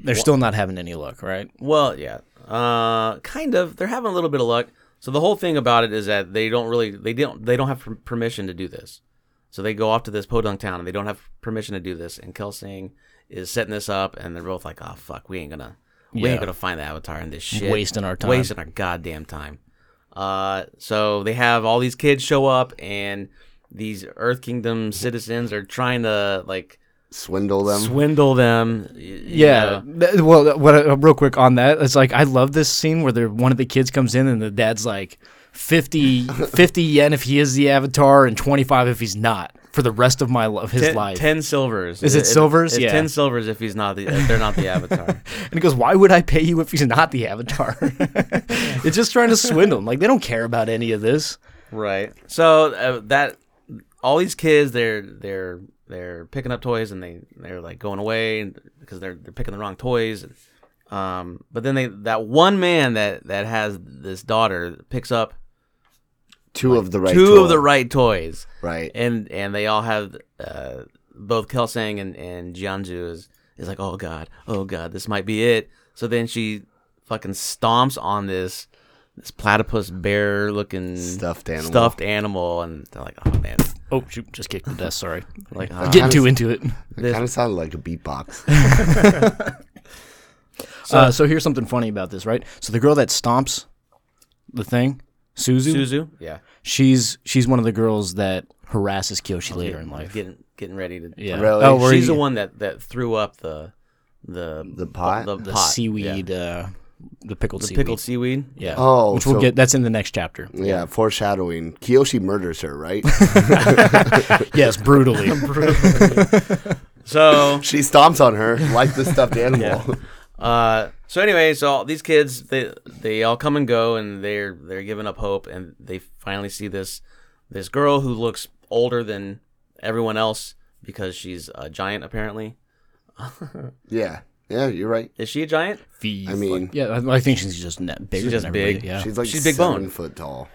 Speaker 2: they're still not having any luck, right?
Speaker 3: Well, yeah, uh, kind of. They're having a little bit of luck. So the whole thing about it is that they don't really, they don't, they don't have per- permission to do this. So they go off to this podunk town and they don't have permission to do this. And Kelsing is setting this up, and they're both like, "Oh fuck, we ain't gonna, we
Speaker 2: Yeah.
Speaker 3: ain't gonna find the avatar in this shit,
Speaker 2: Wasting our time.
Speaker 3: wasting our goddamn time." Uh, so they have all these kids show up, and these Earth Kingdom citizens are trying to like
Speaker 1: Swindle them.
Speaker 3: swindle them. y- you
Speaker 2: Yeah.
Speaker 3: know.
Speaker 2: Th- Well, th- what uh, real quick on that, it's like I love this scene where the one of the kids comes in and the dad's like 50, 50 yen if he is the avatar and 25 if he's not for the rest of my of his
Speaker 3: ten,
Speaker 2: life.
Speaker 3: ten silvers.
Speaker 2: Is it silvers?
Speaker 3: It's
Speaker 2: Yeah.
Speaker 3: ten silvers if he's not the if they're not the avatar.
Speaker 2: And he goes, "Why would I pay you if he's not the avatar?" it's just trying to swindle him. Like they don't care about any of this.
Speaker 3: right. So uh, that all these kids they're they're they're picking up toys and they they're like going away because they're they're picking the wrong toys. Um, but then they that one man that that has this daughter picks up
Speaker 1: Two of the right.
Speaker 3: two
Speaker 1: toy.
Speaker 3: of the right toys.
Speaker 1: Right.
Speaker 3: and and they all have uh, both Kelsang and and Jianju is is like, oh god, oh god, this might be it. So then she fucking stomps on this this platypus bear looking
Speaker 1: Stuffed animal.
Speaker 3: stuffed animal, and they're like, oh man,
Speaker 2: Oh shoot! Just kicked the desk. Sorry.
Speaker 3: like
Speaker 2: I'm
Speaker 3: uh,
Speaker 2: getting too into it.
Speaker 1: It kind of sounded like a beatbox.
Speaker 2: So, uh, so here's something funny about this, right? So the girl that stomps the thing, Suzu,
Speaker 3: Suzu, yeah,
Speaker 2: she's she's one of the girls that harasses Kyoshi
Speaker 3: Oh,
Speaker 2: later in life.
Speaker 3: getting getting ready to
Speaker 2: Yeah.
Speaker 1: Really?
Speaker 2: Oh, where
Speaker 3: She's
Speaker 2: you-
Speaker 3: the one that that threw up the the
Speaker 1: The pot?
Speaker 2: the
Speaker 3: pot,
Speaker 2: seaweed,
Speaker 3: yeah.
Speaker 2: uh, the pickled
Speaker 3: the
Speaker 2: seaweed.
Speaker 3: pickled seaweed.
Speaker 2: yeah.
Speaker 1: Oh,
Speaker 2: which we'll
Speaker 1: so-
Speaker 2: get. That's in the next chapter.
Speaker 1: yeah, foreshadowing. Kiyoshi murders her, right?
Speaker 2: yes, brutally.
Speaker 3: So
Speaker 1: she stomps on her like the stuffed animal.
Speaker 3: Uh, so anyway, so all these kids they they all come and go, and they're they're giving up hope, and they finally see this this girl who looks older than everyone else because she's a giant. Apparently,
Speaker 1: Yeah. Yeah, you're right.
Speaker 3: is she a giant?
Speaker 1: I mean,
Speaker 2: yeah, I, I think she's just net bigger.
Speaker 3: She's just
Speaker 2: than
Speaker 3: big.
Speaker 2: everybody, Yeah.
Speaker 1: she's like
Speaker 3: She's big
Speaker 1: seven
Speaker 3: boned.
Speaker 1: foot tall.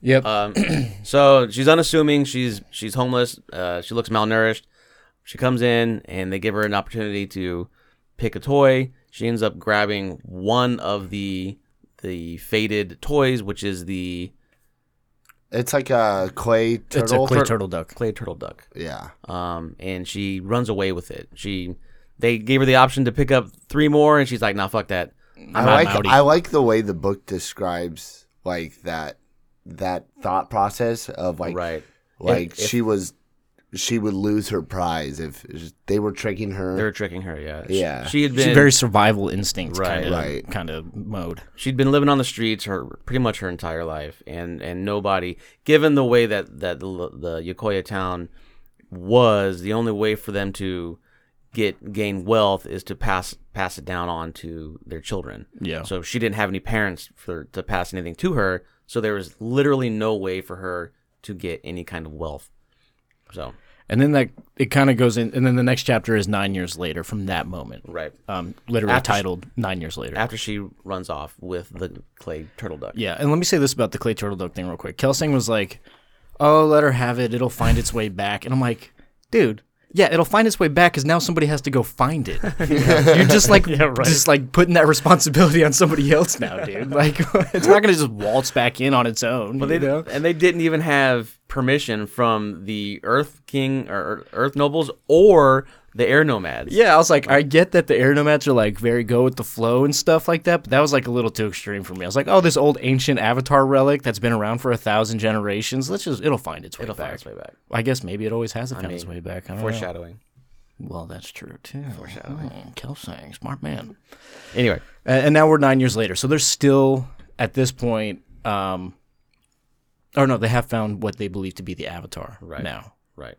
Speaker 2: yep.
Speaker 3: Um, so she's unassuming. She's she's homeless. Uh, she looks malnourished. She comes in, and they give her an opportunity to pick a toy. She ends up grabbing one of the the faded toys, which is the
Speaker 1: It's like a clay turtle.
Speaker 2: it's a clay turtle duck.
Speaker 3: clay turtle duck.
Speaker 1: yeah.
Speaker 3: um, and she runs away with it. She they gave her the option to pick up three more, and she's like, "Nah, fuck that." I'm
Speaker 1: I
Speaker 3: not
Speaker 1: like
Speaker 3: Maori."
Speaker 1: I like the way the book describes like that that thought process of like
Speaker 3: right.
Speaker 1: like
Speaker 3: If- if-
Speaker 1: she was she would lose her prize if they were tricking her.
Speaker 3: They were tricking her. Yeah.
Speaker 1: Yeah.
Speaker 3: She, she had
Speaker 2: She's
Speaker 3: been
Speaker 2: very survival instinct
Speaker 3: Right,
Speaker 2: kind of
Speaker 1: right.
Speaker 2: kind of mode.
Speaker 3: she'd been living on the streets her pretty much her entire life, and and nobody, given the way that that the, the Yokoya town was, the only way for them to get gain wealth is to pass pass it down on to their children.
Speaker 2: Yeah.
Speaker 3: So she didn't have any parents for to pass anything to her, so there was literally no way for her to get any kind of wealth. So
Speaker 2: And then that it kind of goes in, and then the next chapter is nine years later from that moment.
Speaker 3: right
Speaker 2: Um, literally
Speaker 3: After-
Speaker 2: titled Nine Years Later.
Speaker 3: after she runs off with the clay turtle duck,
Speaker 2: Yeah, and let me say this about the clay turtle duck thing real quick. Kelsang was like, "Oh, let her have it; it'll find its way back." And I'm like, "Dude, yeah, it'll find its way back because now somebody has to go find it. You're just like, just like putting that responsibility on somebody else now, dude. Like, it's not gonna just waltz back in on its own. But
Speaker 3: They- and they didn't even have permission from the Earth King or Earth nobles or the Air nomads.
Speaker 2: yeah, I was like, I get that the air nomads are like very go with the flow and stuff like that, but that was like a little too extreme for me. I was like, oh, this old ancient avatar relic that's been around for a thousand generations. Let's just, it'll find its way
Speaker 3: It'll
Speaker 2: back.
Speaker 3: find its way back.
Speaker 2: I guess maybe it always hasn't found its way back. I don't know.
Speaker 3: Foreshadowing.
Speaker 2: Well, that's true too. Foreshadowing. Kelsang, smart man.
Speaker 3: Anyway,
Speaker 2: And, and now we're nine years later, so they're still at this point. Um, or no, they have found what they believe to be the avatar
Speaker 3: Right.
Speaker 2: now.
Speaker 3: right.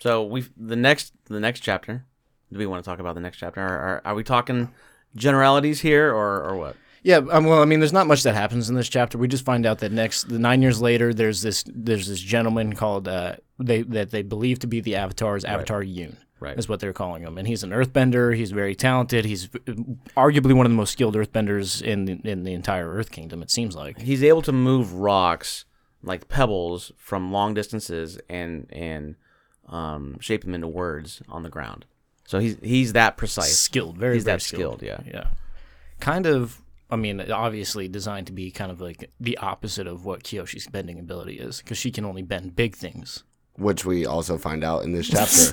Speaker 3: So we the next the next chapter. Do we want to talk about the next chapter? Are, are, are we talking generalities here or or what?
Speaker 2: Yeah, um, well, I mean, there's not much that happens in this chapter. We just find out that next, the nine years later, there's this there's this gentleman called uh, they that they believe to be the avatar is Avatar Yoon.
Speaker 3: Right.
Speaker 2: Is what they're calling him, and he's an Earthbender. He's very talented. He's arguably one of the most skilled Earthbenders in the, in the entire Earth Kingdom. It seems like.
Speaker 3: he's able to move rocks like pebbles from long distances and and um, shape them into words on the ground. So he's he's that precise.
Speaker 2: skilled, very
Speaker 3: He's
Speaker 2: very
Speaker 3: that skilled, yeah.
Speaker 2: yeah. Kind of, I mean, obviously designed to be kind of like the opposite of what Kyoshi's bending ability is, because she can only bend big things.
Speaker 1: which we also find out in this chapter.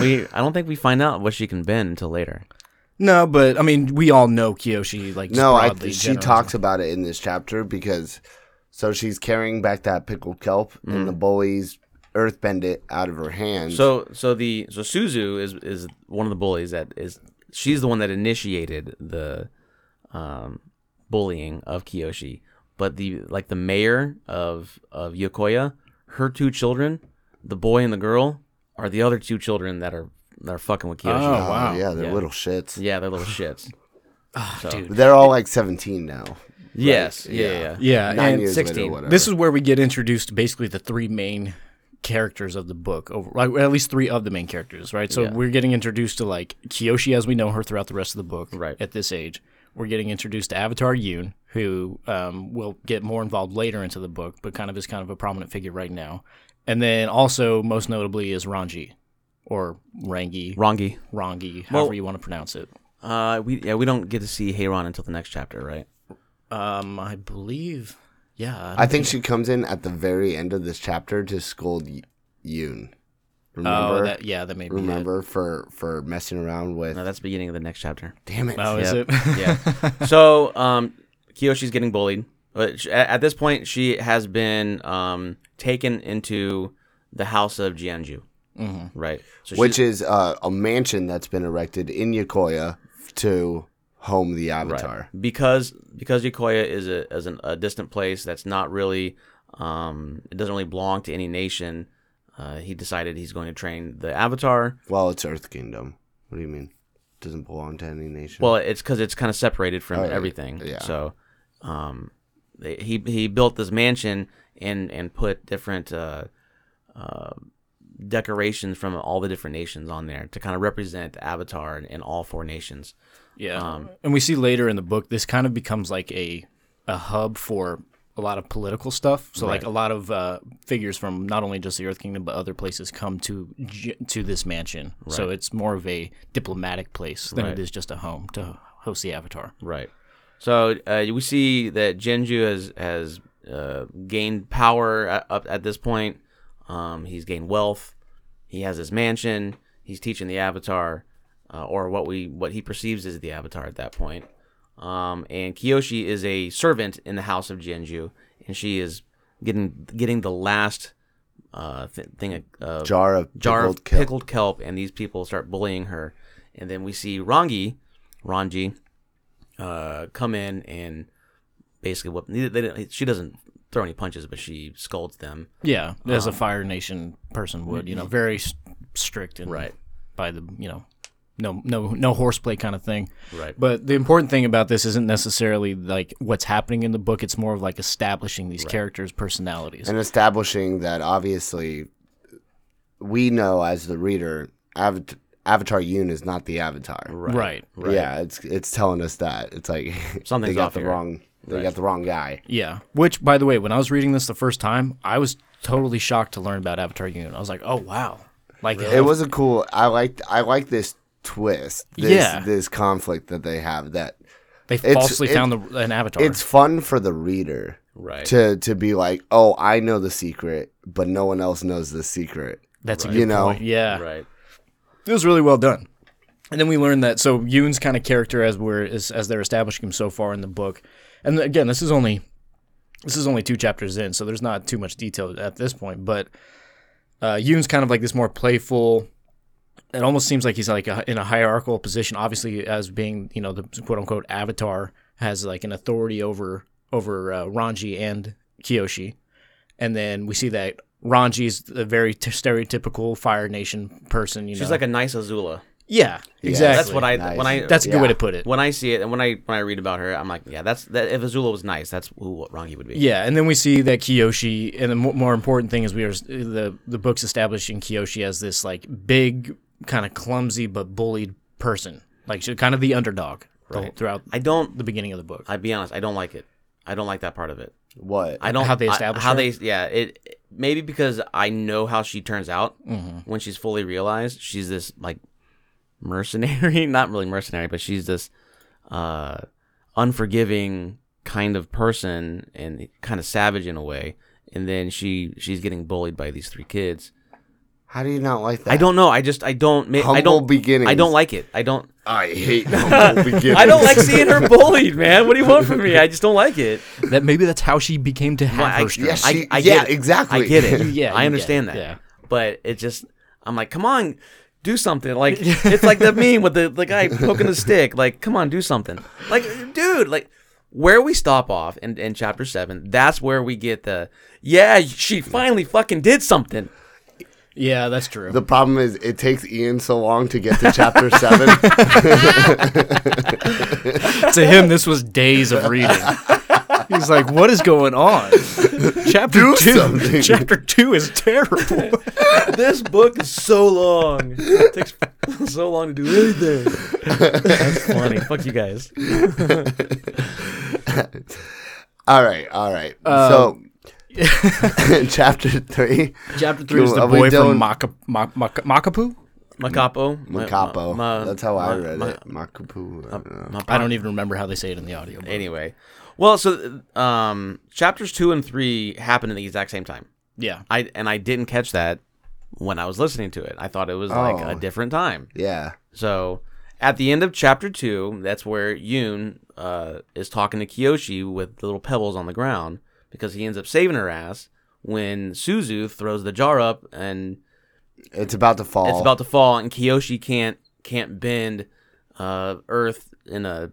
Speaker 3: We I don't think we find out what she can bend until later.
Speaker 2: No, but I mean, we all know Kyoshi like. just
Speaker 1: no, I
Speaker 2: broadly
Speaker 1: she
Speaker 2: generalizing.
Speaker 1: talks about it in this chapter because so she's carrying back that pickled kelp and
Speaker 2: Mm.
Speaker 1: the bullies earthbend it out of her hand.
Speaker 3: So so the so Suzu is is one of the bullies that is she's the one that initiated the um, bullying of Kiyoshi. But the like the mayor of of Yokoya, her two children, the boy and the girl, are the other two children that are that are fucking with Kiyoshi.
Speaker 2: Oh,
Speaker 1: Oh,
Speaker 2: wow.
Speaker 1: yeah, they're
Speaker 3: Yeah.
Speaker 1: little shits.
Speaker 3: Yeah, they're little shits.
Speaker 1: They're all like 17 now.
Speaker 3: Yes. Yeah.
Speaker 1: yeah.
Speaker 3: Yeah.
Speaker 2: Yeah,
Speaker 1: Nine
Speaker 2: and
Speaker 1: years
Speaker 3: 16.
Speaker 1: later, whatever.
Speaker 2: this is where we get introduced to basically the three main characters of the book, over like, at least three of the main characters, right? So we're getting introduced to like Kiyoshi as we know her throughout the rest of the book.
Speaker 3: Right.
Speaker 2: At this age, we're getting introduced to Avatar Yoon, who um, will get more involved later into the book, but kind of is kind of a prominent figure right now. And then also most notably is Ranji, or Rangi,
Speaker 3: Rongi.
Speaker 2: Rangi, however you want to pronounce it.
Speaker 3: Uh, we yeah we don't get to see Heyron until the next chapter, right?
Speaker 2: Um, I believe. Yeah. I
Speaker 1: I think she comes in at the very end of this chapter to scold y- Yoon. Remember?
Speaker 2: Oh, that, yeah, that may be it.
Speaker 1: remember for for messing around with.
Speaker 3: No, that's the beginning of the next chapter.
Speaker 1: Damn it!
Speaker 2: Oh, is
Speaker 3: Yep.
Speaker 2: it?
Speaker 3: yeah. So, um, Kiyoshi's getting bullied. But sh- at at this point, she has been um, taken into the house of Jianju. Mm-hmm. Right. So
Speaker 1: Which is
Speaker 3: she's-
Speaker 1: uh, a mansion that's been erected in Yokoya to home the
Speaker 3: right.
Speaker 1: Avatar.
Speaker 3: because because Yokoya is a is an, a distant place that's not really um, it doesn't really belong to any nation. Uh, he decided he's going to train the Avatar.
Speaker 1: Well, it's Earth Kingdom. What do you mean? Doesn't belong to any nation.
Speaker 3: Well, it's because it's kind of separated from
Speaker 1: Oh, yeah.
Speaker 3: everything.
Speaker 1: Yeah.
Speaker 3: So, um, they, he he built this mansion and and put different uh, uh, decorations from all the different nations on there to kind of represent Avatar in, in all four nations.
Speaker 2: Yeah. and we see later in the book, this kind of becomes like a a hub for a lot of political stuff. So like a lot of uh, figures from not only just the Earth Kingdom but other places come to J- to this mansion. So it's more of a diplomatic place than
Speaker 3: Right.
Speaker 2: it is just a home to host the Avatar.
Speaker 3: Right. So uh, we see that Genju has has uh, gained power a- up at this point. Um, he's gained wealth. He has his mansion. He's teaching the Avatar, uh, or what we what he perceives as the Avatar at that point. Um, and Kiyoshi is a servant in the house of Genju, and she is getting getting the last uh, th- thing uh,
Speaker 1: jar of
Speaker 3: jar
Speaker 1: pickled
Speaker 3: of
Speaker 1: kelp.
Speaker 3: pickled kelp, and these people start bullying her. And then we see Rangi, Ranji, uh, come in and basically whip. They didn't, she doesn't throw any punches, but she scolds them.
Speaker 2: Yeah, as
Speaker 1: Um,
Speaker 2: a Fire Nation person would, you know, very s- strict and
Speaker 3: Right.
Speaker 2: by the you know, no no no horseplay kind of thing.
Speaker 3: Right.
Speaker 2: But the important thing about this isn't necessarily like what's happening in the book. It's more of like establishing these characters' personalities.
Speaker 1: and establishing that obviously we know as the reader Avat- Avatar Yoon is not the Avatar.
Speaker 2: right.
Speaker 1: Yeah, it's it's telling us that it's like
Speaker 3: Something's
Speaker 1: they got
Speaker 3: off
Speaker 1: the
Speaker 3: here.
Speaker 1: wrong they got the wrong guy.
Speaker 2: Yeah. Which, by the way, when I was reading this the first time, I was totally shocked to learn about Avatar Union. I was like, oh wow, like
Speaker 1: It was a cool. I liked I like this twist. This,
Speaker 2: Yeah.
Speaker 1: this conflict that they have that
Speaker 2: they
Speaker 1: it's-
Speaker 2: falsely
Speaker 1: it-
Speaker 2: found the, an Avatar.
Speaker 1: it's fun for the reader
Speaker 3: Right.
Speaker 1: to to be like, oh, I know the secret, but no one else knows the secret.
Speaker 2: That's a
Speaker 1: you
Speaker 2: good
Speaker 1: know.
Speaker 2: point. Yeah.
Speaker 3: Right.
Speaker 2: It was really well done. And then we learned that so Yoon's kind of character as we're as, as they're establishing him so far in the book, and again this is only this is only two chapters in, so there's not too much detail at this point. But uh, Yoon's kind of like this more playful. It almost seems like he's like a, in a hierarchical position, obviously as being you know the quote unquote avatar has like an authority over over uh, Ranji and Kiyoshi, and then we see that Ranji's the very t- stereotypical Fire Nation person. You
Speaker 3: She's
Speaker 2: know,
Speaker 3: like a nice Azula.
Speaker 2: yeah, exactly.
Speaker 3: That's what I
Speaker 1: Nice.
Speaker 3: when I
Speaker 2: That's a good
Speaker 1: Yeah.
Speaker 2: way to put it.
Speaker 3: when I see it and when I when I read about her, I'm like, yeah, that's that. If Azula was nice, that's who what Rangi would be.
Speaker 2: Yeah, and then we see that Kiyoshi, and the mo- more important thing is we are the the book's establishing Kiyoshi as this like big, kind of clumsy but bullied person, like she- kind of the underdog the- throughout
Speaker 3: I don't.
Speaker 2: the beginning of the book.
Speaker 3: I'd be honest. I don't like it. I don't like that part of it.
Speaker 1: What?
Speaker 3: I don't
Speaker 2: How they
Speaker 3: I-
Speaker 2: establish
Speaker 3: how
Speaker 2: her?
Speaker 3: they yeah it maybe because I know how she turns out
Speaker 2: Mm-hmm.
Speaker 3: when she's fully realized she's this like mercenary not really mercenary but she's this uh unforgiving kind of person and kind of savage in a way and then she she's getting bullied by these three kids
Speaker 1: How do you not like that?
Speaker 3: I don't know I just I don't ma- I
Speaker 1: Humble
Speaker 3: don't
Speaker 1: beginnings.
Speaker 3: I don't like it I don't
Speaker 1: I hate humble beginnings.
Speaker 3: I don't like seeing her bullied man what do you want from me I just don't like it
Speaker 2: that maybe that's how she became to have
Speaker 3: Well, I-
Speaker 2: her strength.
Speaker 1: Yeah,
Speaker 3: I-
Speaker 1: she,
Speaker 3: I get
Speaker 1: yeah,
Speaker 3: it.
Speaker 1: exactly.
Speaker 3: I get it.
Speaker 2: yeah, you
Speaker 3: I
Speaker 2: get
Speaker 3: understand
Speaker 2: it,
Speaker 3: that.
Speaker 2: yeah.
Speaker 3: But it just, I'm like, come on, do something. Like it's like the meme with the, the guy poking the stick. Like, come on, do something. Like, dude, like where we stop off in, in chapter seven, that's where we get the yeah, she finally fucking did something.
Speaker 2: Yeah, that's true.
Speaker 1: The problem is, it takes Ian so long to get to chapter seven.
Speaker 2: to him, this was days of reading. He's like, "What is going on?" Chapter
Speaker 1: Do
Speaker 2: two.
Speaker 1: something.
Speaker 2: Chapter two is terrible.
Speaker 3: This book is so long. It takes so long to do anything. That's funny. Fuck you guys.
Speaker 1: all right, all right. so, chapter three.
Speaker 2: Chapter three is
Speaker 1: Cool.
Speaker 2: the
Speaker 1: Are we
Speaker 2: boy
Speaker 1: done?
Speaker 2: from Maka, Ma- Maka, Makapu.
Speaker 3: Macapo. My-
Speaker 1: Macapo.
Speaker 3: my- my-
Speaker 1: That's how I
Speaker 3: my-
Speaker 1: read
Speaker 3: my-
Speaker 1: it. Macapu. I don't know.
Speaker 3: my-
Speaker 2: I don't even remember how they say it in the audio. but-
Speaker 3: Anyway, well, so um, chapters two and three happened at the exact same time.
Speaker 2: Yeah.
Speaker 3: I and I didn't catch that when I was listening to it. I thought it was like
Speaker 1: Oh.
Speaker 3: a different time.
Speaker 1: Yeah.
Speaker 3: So at the end of chapter two, that's where Yoon uh, is talking to Kiyoshi with the little pebbles on the ground because he ends up saving her ass when Suzu throws the jar up and
Speaker 1: It's about to fall.
Speaker 3: it's about to fall, and Kiyoshi can't can't bend uh, earth in a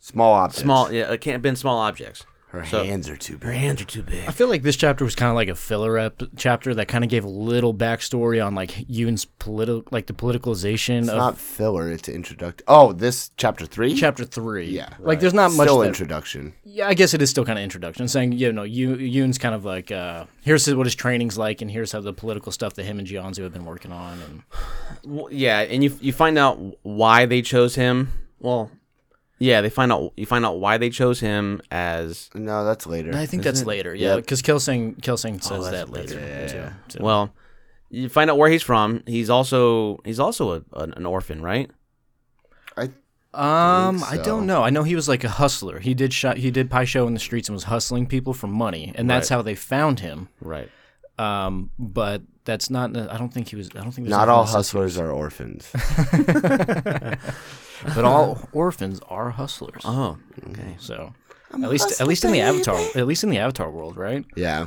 Speaker 1: small objects.
Speaker 3: small yeah, it can't bend small objects.
Speaker 1: Her
Speaker 3: so-
Speaker 1: hands are too
Speaker 3: Her
Speaker 1: big.
Speaker 3: hands are too big.
Speaker 2: I feel like this chapter was kind of like a filler up chapter that kind of gave a little backstory on like Yoon's political, like the politicalization
Speaker 1: It's
Speaker 2: of
Speaker 1: not filler. It's introduction. Oh, this chapter three.
Speaker 2: chapter three.
Speaker 1: Yeah,
Speaker 2: like there's not much.
Speaker 1: Still
Speaker 2: that-
Speaker 1: introduction.
Speaker 2: yeah, I guess it is still kind of introduction, saying you know Yoon, Yoon's kind of like uh, here's what his training's like, and here's how the political stuff that him and Gianzu have been working on, and
Speaker 3: Well, yeah, and you you find out why they chose him. Well, yeah, they find out you find out why they chose him as
Speaker 1: No, that's later.
Speaker 2: I think that's later. Yeah, because Kelsang Kelsang
Speaker 1: Oh,
Speaker 2: says that later. too. So-
Speaker 3: well. You find out where he's from. He's also he's also a, an, an orphan, right?
Speaker 1: I,
Speaker 2: Um,
Speaker 1: think
Speaker 2: I
Speaker 1: so.
Speaker 2: don't know. I know he was like a hustler. He did shot, he did pie show in the streets and was hustling people for money, and that's how they found him.
Speaker 3: Right.
Speaker 2: Um, but that's not. uh, I don't think he was. I don't think there's
Speaker 1: not
Speaker 2: anything
Speaker 1: all
Speaker 2: that
Speaker 1: hustlers are orphans.
Speaker 2: says- but all orphans are hustlers.
Speaker 3: Oh, okay.
Speaker 2: So at least at least in the Avatar at least in the Avatar world, right?
Speaker 1: yeah.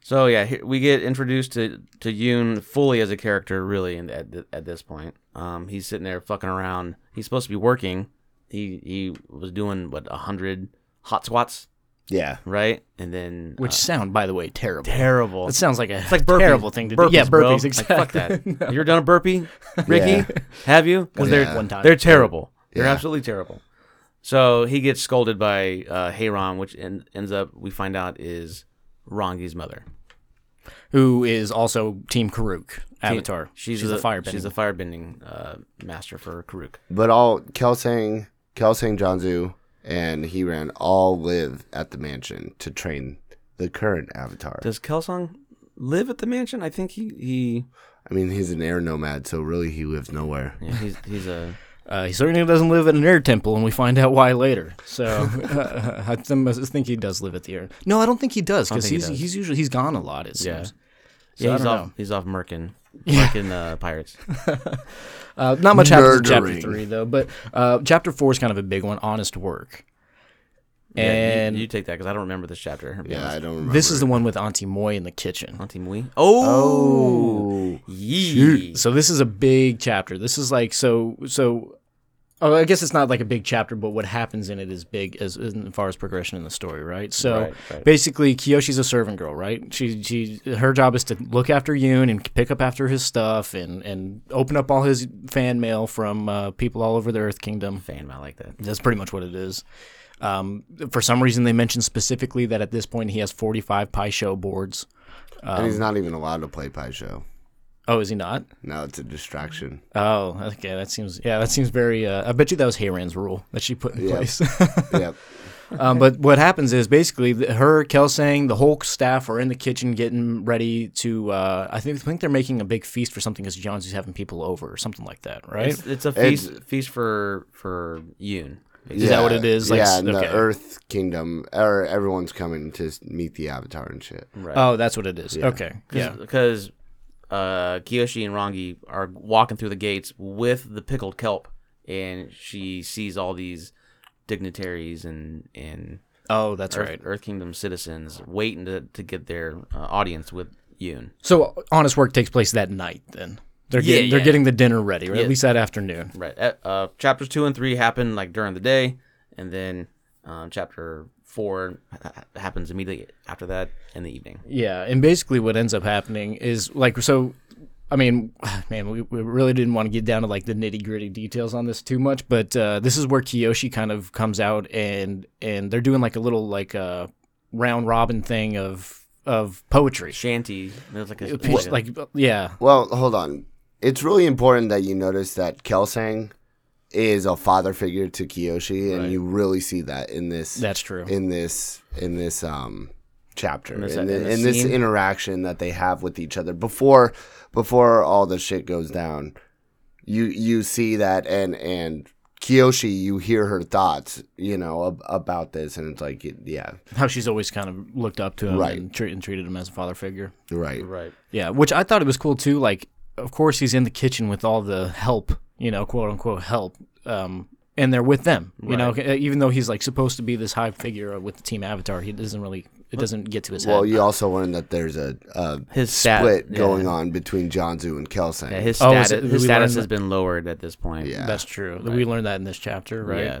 Speaker 3: So yeah, he- we get introduced to to Yoon fully as a character, really, in, at th- at this point. Um, he's sitting there fucking around. He's supposed to be working. He he was doing what a hundred hot squats,
Speaker 1: Yeah.
Speaker 3: right? And then
Speaker 2: Which sound, by the way, terrible.
Speaker 3: terrible.
Speaker 2: That sounds like a
Speaker 3: It's like burpees.
Speaker 2: terrible thing to
Speaker 3: burpees,
Speaker 2: do. Yeah,
Speaker 3: bro.
Speaker 2: burpees.
Speaker 3: Like,
Speaker 2: Exactly.
Speaker 3: fuck that. Have you ever done a burpee, Ricky? Have you? Because they're
Speaker 2: One time.
Speaker 3: they're terrible. They're
Speaker 1: Yeah.
Speaker 3: absolutely terrible. So he gets scolded by uh, Heyron, which en- ends up we find out is Rongi's mother.
Speaker 2: Who is also Team Karuk Avatar?
Speaker 3: She's,
Speaker 2: a
Speaker 3: the,
Speaker 2: firebender.
Speaker 3: She's the firebending uh, master for Karuk.
Speaker 1: But all Kelsang, Kelsang Janzu, and he ran all live at the mansion to train the current avatar.
Speaker 3: Does Kelsong live at the mansion? I think he he
Speaker 1: I mean, he's an air nomad, so really he lives nowhere.
Speaker 3: yeah, he's he's a
Speaker 2: Uh, he certainly doesn't live at an air temple, and we find out why later. So uh, I th- must think he does live at the air. No, I don't think he does because he's he's usually he's gone a lot. It
Speaker 3: yeah.
Speaker 2: seems.
Speaker 3: yeah,
Speaker 2: I
Speaker 3: he's
Speaker 2: don't
Speaker 3: off.
Speaker 2: know.
Speaker 3: He's off Merkin, Merkin uh, pirates.
Speaker 2: Uh, not much happens in chapter
Speaker 1: Murdering.
Speaker 2: three though, but uh, chapter four is kind of a big one. Honest work,
Speaker 3: Yeah,
Speaker 2: and
Speaker 3: you, you take that because I don't remember this chapter.
Speaker 1: Yeah, I don't remember.
Speaker 2: this is the one with Auntie Moy in the kitchen.
Speaker 3: Auntie Mui. Oh,
Speaker 1: Ooh.
Speaker 3: yee.
Speaker 2: So this is a big chapter. This is like so so. Oh, I guess it's not like a big chapter, but what happens in it is big as, as far as progression in the story, right? So
Speaker 3: Right, right.
Speaker 2: basically, Kiyoshi's a servant girl, right? She she her job is to look after Yoon and pick up after his stuff and and open up all his fan mail from uh, people all over the Earth Kingdom.
Speaker 3: Fan mail like that.
Speaker 2: That's pretty much what it is. Um, for some reason, they mentioned specifically that at this point he has forty five pie show boards.
Speaker 1: and
Speaker 2: Um,
Speaker 1: he's not even allowed to play Pie Show.
Speaker 2: Oh, is he not?
Speaker 1: Now it's a distraction.
Speaker 2: Oh, okay. That seems yeah. That seems very. Uh, I bet you that was Hayran's rule that she put in place.
Speaker 1: yep.
Speaker 2: um, but what happens is basically th- her, Kelsang, the whole staff are in the kitchen getting ready to. Uh, I think I think they're making a big feast for something because John's is having people over or something like that, right?
Speaker 3: It's, it's a feast feast for for Yoon.
Speaker 1: Is
Speaker 2: that what it is? Like,
Speaker 1: yeah, in
Speaker 2: okay.
Speaker 1: the Earth Kingdom, or everyone's coming to s- meet the Avatar and shit.
Speaker 2: oh, that's what it is. Okay, yeah.
Speaker 3: Because uh, Kiyoshi and Rongi are walking through the gates with the pickled kelp, and she sees all these dignitaries and and
Speaker 2: Oh, that's
Speaker 3: Earth,
Speaker 2: right.
Speaker 3: Earth Kingdom citizens waiting to, to get their uh, audience with Yoon.
Speaker 2: So honest work takes place that night. Then they're
Speaker 3: Yeah,
Speaker 2: getting, they're
Speaker 3: yeah.
Speaker 2: getting the dinner ready, or
Speaker 3: Yeah.
Speaker 2: at least that afternoon.
Speaker 3: Right. Uh, uh, chapters two and three happen like during the day, and then um, chapter four ha- happens immediately after that in the evening.
Speaker 2: Yeah, and basically what ends up happening is like so. I mean, man, we, we really didn't want to get down to like the nitty gritty details on this too much, but uh, this is where Kiyoshi kind of comes out and and they're doing like a little like uh, round robin thing of of poetry,
Speaker 3: Shanty. There's like a
Speaker 2: Piece- like yeah,
Speaker 1: Well, hold on. It's really important that you notice that Kelsang is a father figure to Kiyoshi, and you really see that in this
Speaker 2: that's true.
Speaker 1: in this in this um chapter in
Speaker 3: this-
Speaker 1: this,
Speaker 3: in this
Speaker 1: in this
Speaker 3: scene?
Speaker 1: interaction that they have with each other before before all the shit goes down you you see that and and Kiyoshi, you hear her thoughts, you know, ab- about this, and it's like, yeah,
Speaker 2: How she's always kind of looked up to him
Speaker 1: Right.
Speaker 2: and, tre- and treated him as a father figure.
Speaker 1: right,
Speaker 3: Right.
Speaker 2: Yeah, which I thought it was cool too. Like, of course, he's in the kitchen with all the help, you know, quote unquote help, um, and they're with them. You know, uh, even though he's like supposed to be this high figure with the team avatar, he doesn't really. It doesn't get to his
Speaker 1: Well,
Speaker 2: head.
Speaker 1: you also learn that there's a, a
Speaker 3: His stat-
Speaker 1: split
Speaker 3: yeah.
Speaker 1: going on between Jonzu and Kelsen.
Speaker 3: Yeah, his
Speaker 2: Oh, is
Speaker 3: status,
Speaker 2: it- we
Speaker 3: his status
Speaker 2: learned
Speaker 3: has
Speaker 2: that-
Speaker 3: been lowered at this point.
Speaker 1: Yeah.
Speaker 2: That's true. We learned that in this chapter, right?
Speaker 3: Yeah.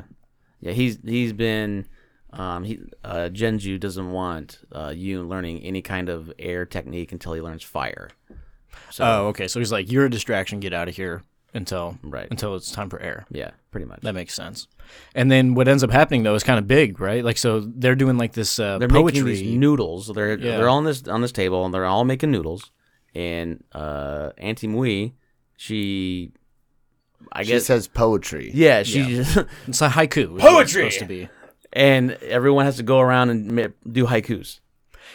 Speaker 3: Yeah, he's he's been um he uh Genju doesn't want uh you learning any kind of air technique until he learns fire. So
Speaker 2: Oh, okay. So he's like, "You're a distraction. Get out of here until
Speaker 3: Right.
Speaker 2: until it's time for air."
Speaker 3: yeah, pretty much.
Speaker 2: That makes sense. And then what ends up happening though is kind of big, right? Like, so they're doing like this uh,
Speaker 3: they're
Speaker 2: poetry.
Speaker 3: making these noodles. They're
Speaker 2: Yeah.
Speaker 3: they're all on this on this table and they're all making noodles. And uh Auntie Mui, she I
Speaker 1: she
Speaker 3: guess
Speaker 1: says poetry.
Speaker 3: yeah, she just
Speaker 2: it's a haiku. is what it's
Speaker 3: Poetry!
Speaker 2: supposed to be.
Speaker 3: and everyone has to go around and ma- do haikus.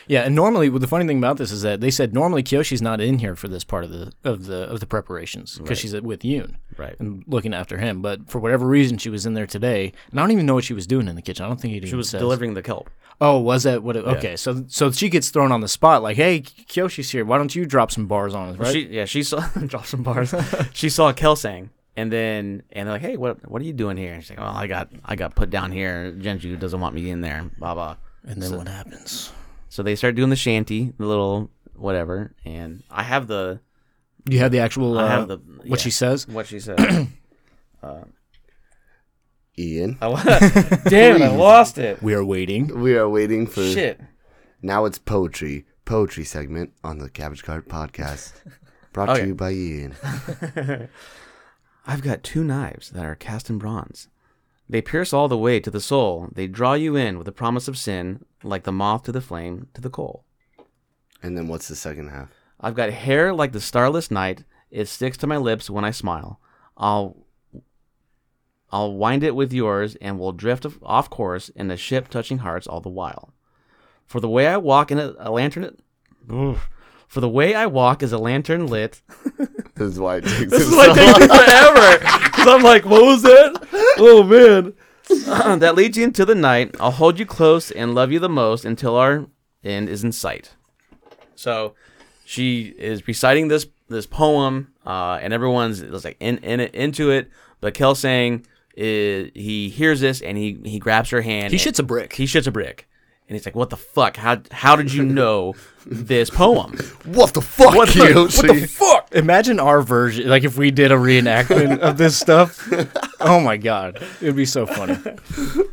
Speaker 2: Yeah, and normally well, the funny thing about this is that they said normally Kyoshi's not in here for this part of the of the of the preparations because she's with Yoon
Speaker 3: Right.
Speaker 2: and looking after him. But for whatever reason, she was in there today, and I don't even know what she was doing in the kitchen. I don't think it even
Speaker 3: She was
Speaker 2: says.
Speaker 3: delivering the kelp.
Speaker 2: Oh, was that what? It, Okay, so so she gets thrown on the spot like, "Hey, Kyoshi's here. Why don't you drop some bars on us?" Right?
Speaker 3: She yeah, she saw drop some bars. she saw Kelsang and then and they're like, Hey, what what are you doing here? And she's like, Well, I got I got put down here. Genju doesn't want me in there, blah blah.
Speaker 2: and then what happens?
Speaker 3: So they start doing the shanty, the little whatever, and I have the
Speaker 2: You have the actual. Uh,
Speaker 3: I have the
Speaker 2: what
Speaker 3: yeah,
Speaker 2: she says.
Speaker 3: what she said.
Speaker 1: Ian,
Speaker 3: I wa- Damn, I lost it.
Speaker 2: We are waiting.
Speaker 1: we are waiting for
Speaker 3: Shit.
Speaker 1: now. It's poetry, poetry segment on the Cabbage Card Podcast, brought to
Speaker 3: Okay.
Speaker 1: you by Ian.
Speaker 3: I've got two knives that are cast in bronze. They pierce all the way to the soul. They draw you in with the promise of sin, like the moth to the flame, to the coal.
Speaker 1: And then what's the second half?
Speaker 3: I've got hair like the starless night. It sticks to my lips when I smile. I'll I'll wind it with yours and we'll drift of- off course in a ship touching hearts all the while. For the way I walk in a, a lantern Oof. For the way I walk is a lantern lit.
Speaker 1: This is why it takes
Speaker 3: This
Speaker 1: us
Speaker 3: is
Speaker 1: so
Speaker 3: like taking forever. 'Cause I'm like, what was that? Oh man. that leads you into the night. I'll hold you close and love you the most until our end is in sight. So, she is reciting this this poem, uh, and everyone's is like in, in it, into it. But Kel saying is he hears this and he he grabs her hand.
Speaker 2: He
Speaker 3: and-
Speaker 2: shits a brick.
Speaker 3: He shits a brick. And he's like, "What the fuck? How how did you know this poem?
Speaker 1: What the fuck,
Speaker 3: What the-
Speaker 1: Kiyoshi?
Speaker 3: what the fuck?
Speaker 2: Imagine our version, like if we did a reenactment of this stuff. Oh my god, it'd be so funny.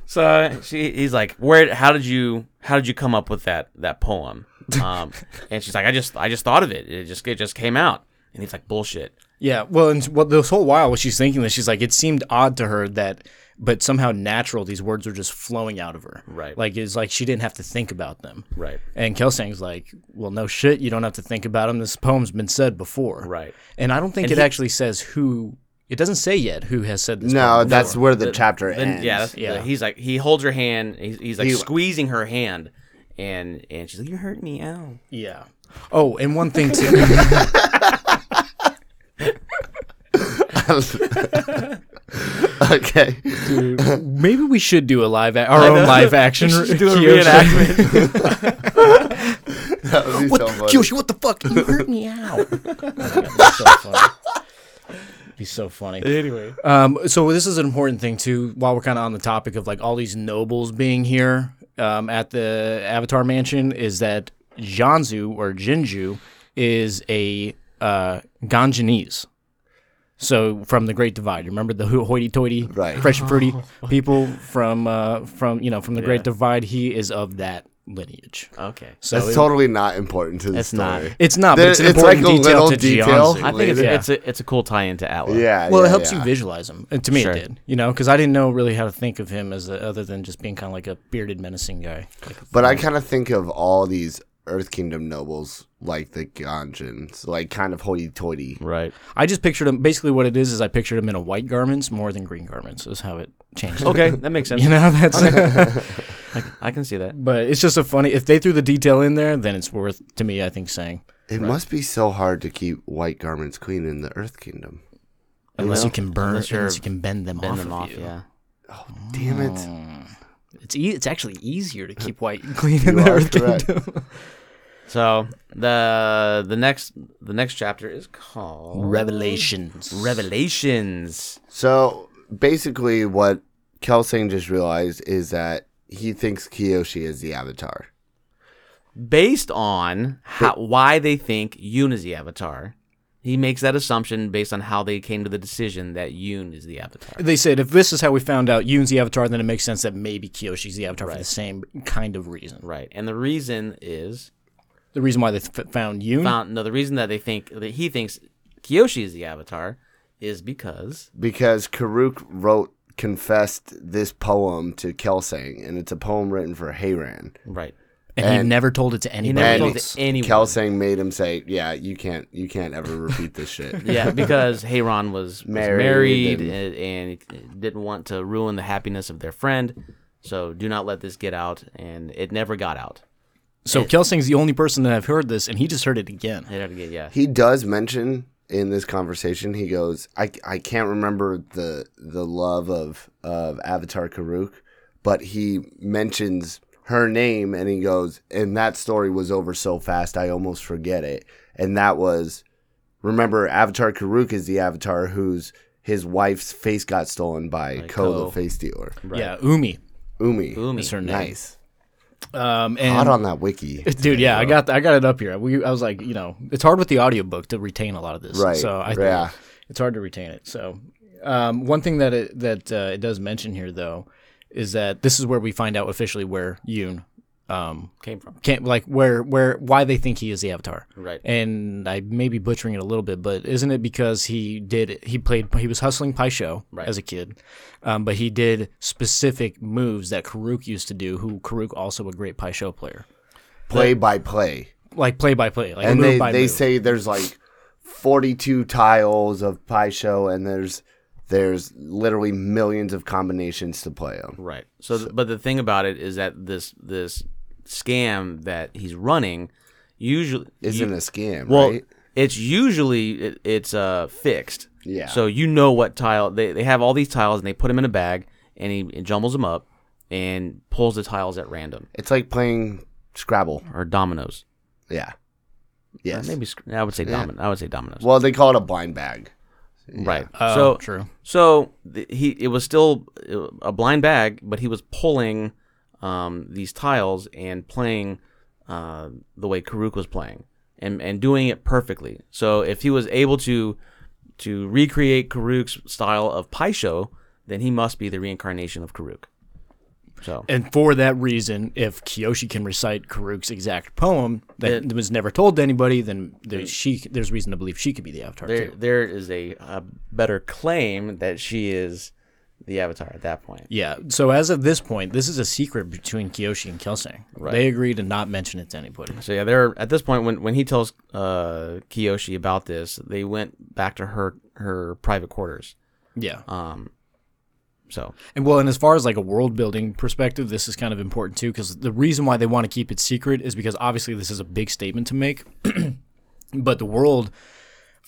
Speaker 3: So she, he's like, "Where? How did you? How did you come up with that that poem?" Um, and she's like, "I just, I just thought of it. It just, it just came out." And he's like, "Bullshit."
Speaker 2: Yeah, well, and what this whole while, what she's thinking this, she's like, it seemed odd to her that, but somehow natural, these words are just flowing out of her.
Speaker 3: Right.
Speaker 2: Like it's like she didn't have to think about them.
Speaker 3: Right.
Speaker 2: And Kelsang's like, well, no shit, you don't have to think about them. This poem's been said before.
Speaker 3: Right.
Speaker 2: And I don't think it actually says who. It doesn't say yet who has said this.
Speaker 1: No,
Speaker 2: poem
Speaker 1: that's
Speaker 2: before.
Speaker 1: where the, chapter ends.
Speaker 3: And yeah, that's-
Speaker 2: Yeah.
Speaker 3: He's like, he holds her hand. He's, he's like squeezing her hand, and and she's like, "You hurt me, ow."
Speaker 2: Yeah. Oh, and one thing too.
Speaker 1: okay.
Speaker 2: maybe we should do a live, a- our own live action.
Speaker 3: We should do a
Speaker 2: Kyoshi.
Speaker 3: reenactment.
Speaker 1: That would be so funny.
Speaker 2: Kyoshi, what the fuck? You hurt me out. He's so funny. He's so funny.
Speaker 3: anyway,
Speaker 2: Um, so this is an important thing too. While we're kind of on the topic of like all these nobles being here um, at the Avatar Mansion, is that Janzu or Jinju is a uh, Ganjanese. So from the Great Divide, remember the ho- hoity-toity,
Speaker 1: Right.
Speaker 2: fresh and fruity people from uh, from you know from the Great Divide. He is of that lineage.
Speaker 3: okay.
Speaker 2: So
Speaker 1: That's
Speaker 2: it-
Speaker 1: totally not important to the
Speaker 3: It's not.
Speaker 1: story.
Speaker 2: it's not,
Speaker 1: There-
Speaker 2: but it's an
Speaker 1: it's
Speaker 2: important
Speaker 1: like a
Speaker 2: detail
Speaker 1: little
Speaker 2: to
Speaker 1: detail.
Speaker 2: Gianzu.
Speaker 3: I think it's,
Speaker 1: Yeah.
Speaker 3: it's a it's a cool tie-in to Atlas.
Speaker 1: Yeah.
Speaker 2: Well,
Speaker 1: yeah,
Speaker 2: it helps
Speaker 1: yeah.
Speaker 2: you visualize him. And to me,
Speaker 3: Sure.
Speaker 2: it did. You know, because I didn't know really how to think of him as a, other than just being kind of like a bearded, menacing guy. Like,
Speaker 1: But I kind of think of all these Earth Kingdom nobles like the Ganjins, like kind of hoity-toity.
Speaker 3: Right.
Speaker 2: I just pictured him. Basically, what it is is I pictured him in a white garments more than green garments. Is how it changed.
Speaker 3: Okay, that makes sense.
Speaker 2: You know, that's.
Speaker 3: I, I can see that.
Speaker 2: but it's just a funny. If they threw the detail in there, then it's worth to me. I think saying.
Speaker 1: It must be so hard to keep white garments clean in the Earth Kingdom.
Speaker 2: Unless you can burn,
Speaker 3: unless
Speaker 2: unless,
Speaker 3: you're
Speaker 2: you can bend them
Speaker 3: bend
Speaker 2: off.
Speaker 3: them
Speaker 2: of
Speaker 3: off.
Speaker 2: you.
Speaker 3: Yeah.
Speaker 1: Damn it.
Speaker 3: Oh.
Speaker 2: It's e- it's actually easier to keep white and clean in
Speaker 1: You
Speaker 2: the
Speaker 1: are
Speaker 2: Earth
Speaker 1: correct.
Speaker 2: Kingdom.
Speaker 3: So the the next the next chapter is called
Speaker 2: Revelations.
Speaker 3: Revelations.
Speaker 1: So basically, what Kelsang just realized is that he thinks Kiyoshi is the Avatar.
Speaker 3: based on how, why they think Yoon is the avatar. He makes that assumption based on how they came to the decision that Yoon is the avatar.
Speaker 2: they said if this is how we found out Yoon's the Avatar, then it makes sense that maybe Kyoshi's the Avatar for the same kind of reason.
Speaker 3: Right, and the reason is
Speaker 2: The reason why they f- found Yoon.
Speaker 3: found. No, the reason that they think that he thinks Kyoshi is the avatar is because
Speaker 1: Because Karuk wrote, confessed this poem to Kelsang, and it's a poem written for Hayran.
Speaker 3: right.
Speaker 2: and, he never told it to anybody
Speaker 3: never told it
Speaker 2: else.
Speaker 3: to anyone.
Speaker 1: Kelsang made him say, "Yeah, you can't, you can't ever repeat this shit."
Speaker 3: Yeah, because Heyron was was
Speaker 1: Married
Speaker 3: married, and, and didn't want to ruin the happiness of their friend, so do not let this get out, and it never got out.
Speaker 2: So Kelsing's the only person that I've heard this, and he just heard it again.
Speaker 3: It had to get yeah.
Speaker 1: He does mention in this conversation. He goes, "I, I can't remember the the love of of Avatar Karuk, but he mentions her name, and he goes, and that story was over so fast, I almost forget it. And that was, remember, Avatar Karuk is the Avatar who's." His wife's face got stolen by Ko,
Speaker 3: Ko.
Speaker 1: the face dealer.
Speaker 2: Yeah, Umi
Speaker 1: Umi.
Speaker 3: Umi.
Speaker 2: is her name.
Speaker 1: Nice.
Speaker 2: Um,
Speaker 1: Hot
Speaker 2: and
Speaker 1: on that wiki.
Speaker 2: dude, yeah, I got I got it up here. We, I was like, you know, it's hard with the audiobook to retain a lot of this.
Speaker 1: Right,
Speaker 2: So I,
Speaker 1: yeah.
Speaker 2: it's hard to retain it. So um, one thing that it, that uh, it does mention here though is that this is where we find out officially where Yoon um,
Speaker 3: Came from
Speaker 2: can't like where where why they think he is the Avatar.
Speaker 3: right.
Speaker 2: And I may be butchering it a little bit, but isn't it because he did he played he was hustling Paisho
Speaker 3: Right.
Speaker 2: as a kid, um, but he did specific moves that Karuk used to do. Who Karuk also a great Paisho player,
Speaker 1: Play by play.
Speaker 2: like play by play, like
Speaker 1: and
Speaker 2: move
Speaker 1: they,
Speaker 2: by
Speaker 1: they
Speaker 2: move.
Speaker 1: say there's like 42 tiles of pie show and there's there's literally millions of combinations to play them
Speaker 3: Right. So, th- but the thing about it is that this this scam that he's running usually
Speaker 1: isn't
Speaker 3: you-
Speaker 1: a scam
Speaker 3: well.
Speaker 1: right
Speaker 3: It's usually it, it's uh fixed.
Speaker 1: Yeah.
Speaker 3: So you know what tile they they have all these tiles and they put them in a bag and he jumbles them up and pulls the tiles at random
Speaker 1: it's like playing scrabble
Speaker 3: or dominoes.
Speaker 1: yeah
Speaker 3: Uh,
Speaker 1: yes
Speaker 3: Maybe sc- I would say domin- I would say dominoes.
Speaker 1: well they call it a blind bag
Speaker 3: right.
Speaker 2: Oh,
Speaker 3: so
Speaker 2: true.
Speaker 3: So th- he it was still uh, a blind bag, but he was pulling um, these tiles and playing uh, the way Karuk was playing and and doing it perfectly. So if he was able to to recreate Karuk's style of Paisho, then he must be the reincarnation of Karuk. So
Speaker 2: And for that reason, if Kiyoshi can recite Karuk's exact poem that was never told to anybody, then there's, she there's reason to believe she could be the Avatar
Speaker 3: there
Speaker 2: too.
Speaker 3: there is a, a better claim that she is the avatar at that point.
Speaker 2: Yeah. So as of this point, this is a secret between Kiyoshi and Kelsang. They agree to not mention it to anybody.
Speaker 3: So yeah, they're at this point when when he tells uh, Kiyoshi about this, they went back to her her private quarters.
Speaker 2: Yeah.
Speaker 3: Um, so
Speaker 2: Uh, And well, and as far as like a world building perspective, this is kind of important too, because the reason why they want to keep it secret is because obviously this is a big statement to make. but the world,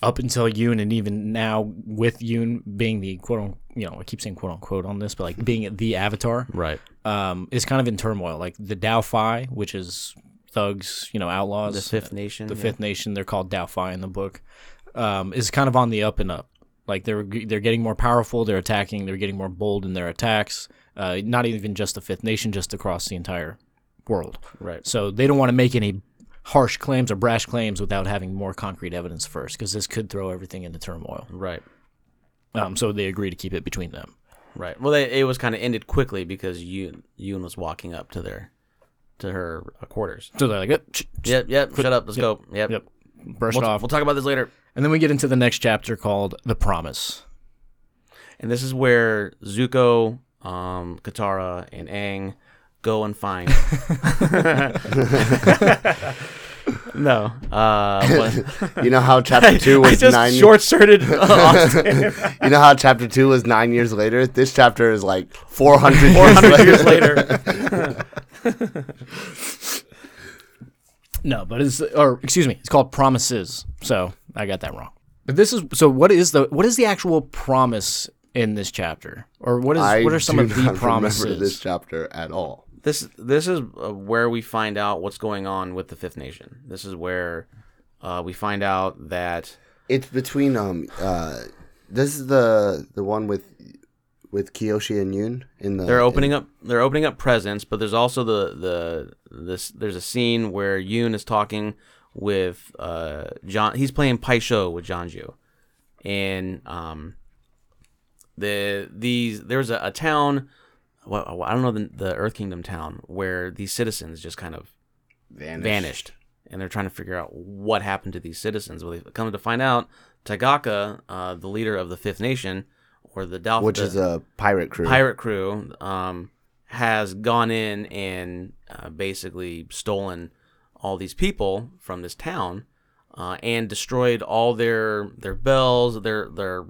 Speaker 2: up until Yoon and even now with Yoon being the quote unquote, you know, I keep saying quote unquote on this, but like being the avatar,
Speaker 3: right,
Speaker 2: um, is kind of in turmoil. Like the Dao Phi, which is thugs, you know, outlaws,
Speaker 3: the Fifth Nation,
Speaker 2: the
Speaker 3: yeah.
Speaker 2: Fifth Nation, they're called Dao Phi in the book, um, is kind of on the up and up. Like they're they're getting more powerful, they're attacking, they're getting more bold in their attacks. Uh, not even just the Fifth Nation, just across the entire world.
Speaker 3: Right.
Speaker 2: So they don't want to make any harsh claims or brash claims without having more concrete evidence first, because this could throw everything into turmoil.
Speaker 3: right,
Speaker 2: Um, so they agree to keep it between them.
Speaker 3: right. Well, they, it was kind of ended quickly because Yoon Yoon was walking up to their to her uh, quarters.
Speaker 2: So they're like, "Yep, ch- ch-
Speaker 3: Yep, yep. Shut up. Let's go. Yep,
Speaker 2: yep, brush
Speaker 3: We'll,
Speaker 2: it off.
Speaker 3: we'll talk about this later.
Speaker 2: And then we get into the next chapter called The Promise.
Speaker 3: And this is where Zuko, um, Katara, and Aang go and find. no. Uh, what-
Speaker 1: you know how chapter two was nine
Speaker 3: short-circuited.
Speaker 1: you know how chapter two was nine years later this chapter is like 400, years later
Speaker 3: years later.
Speaker 2: No, but it's or excuse me, it's called Promises. So I got that wrong. But this is so. What is the what is the actual promise in this chapter, or what is
Speaker 1: I
Speaker 2: what are some
Speaker 1: do
Speaker 2: of the
Speaker 1: not remember
Speaker 2: promises?
Speaker 1: this chapter at all.
Speaker 3: This this is uh, where we find out what's going on with the Fifth Nation. This is where uh, we find out that
Speaker 1: It's between um uh this is the the one with with Kiyoshi and Yoon in the
Speaker 3: they're opening up they're opening up presents, but there's also the the this there's a scene where Yoon is talking with uh John he's playing Paisho with Janju. And um the these there's a, a town well, I don't know the, the Earth Kingdom town where these citizens just kind of
Speaker 1: vanished.
Speaker 3: vanished. And they're trying to figure out what happened to these citizens. Well, they come to find out Tagaka, uh, the leader of the Fifth Nation, or the Dalph-
Speaker 1: which
Speaker 3: the
Speaker 1: is a pirate crew.
Speaker 3: pirate crew, um, has gone in and uh, basically stolen all these people from this town uh, and destroyed all their their bells, their their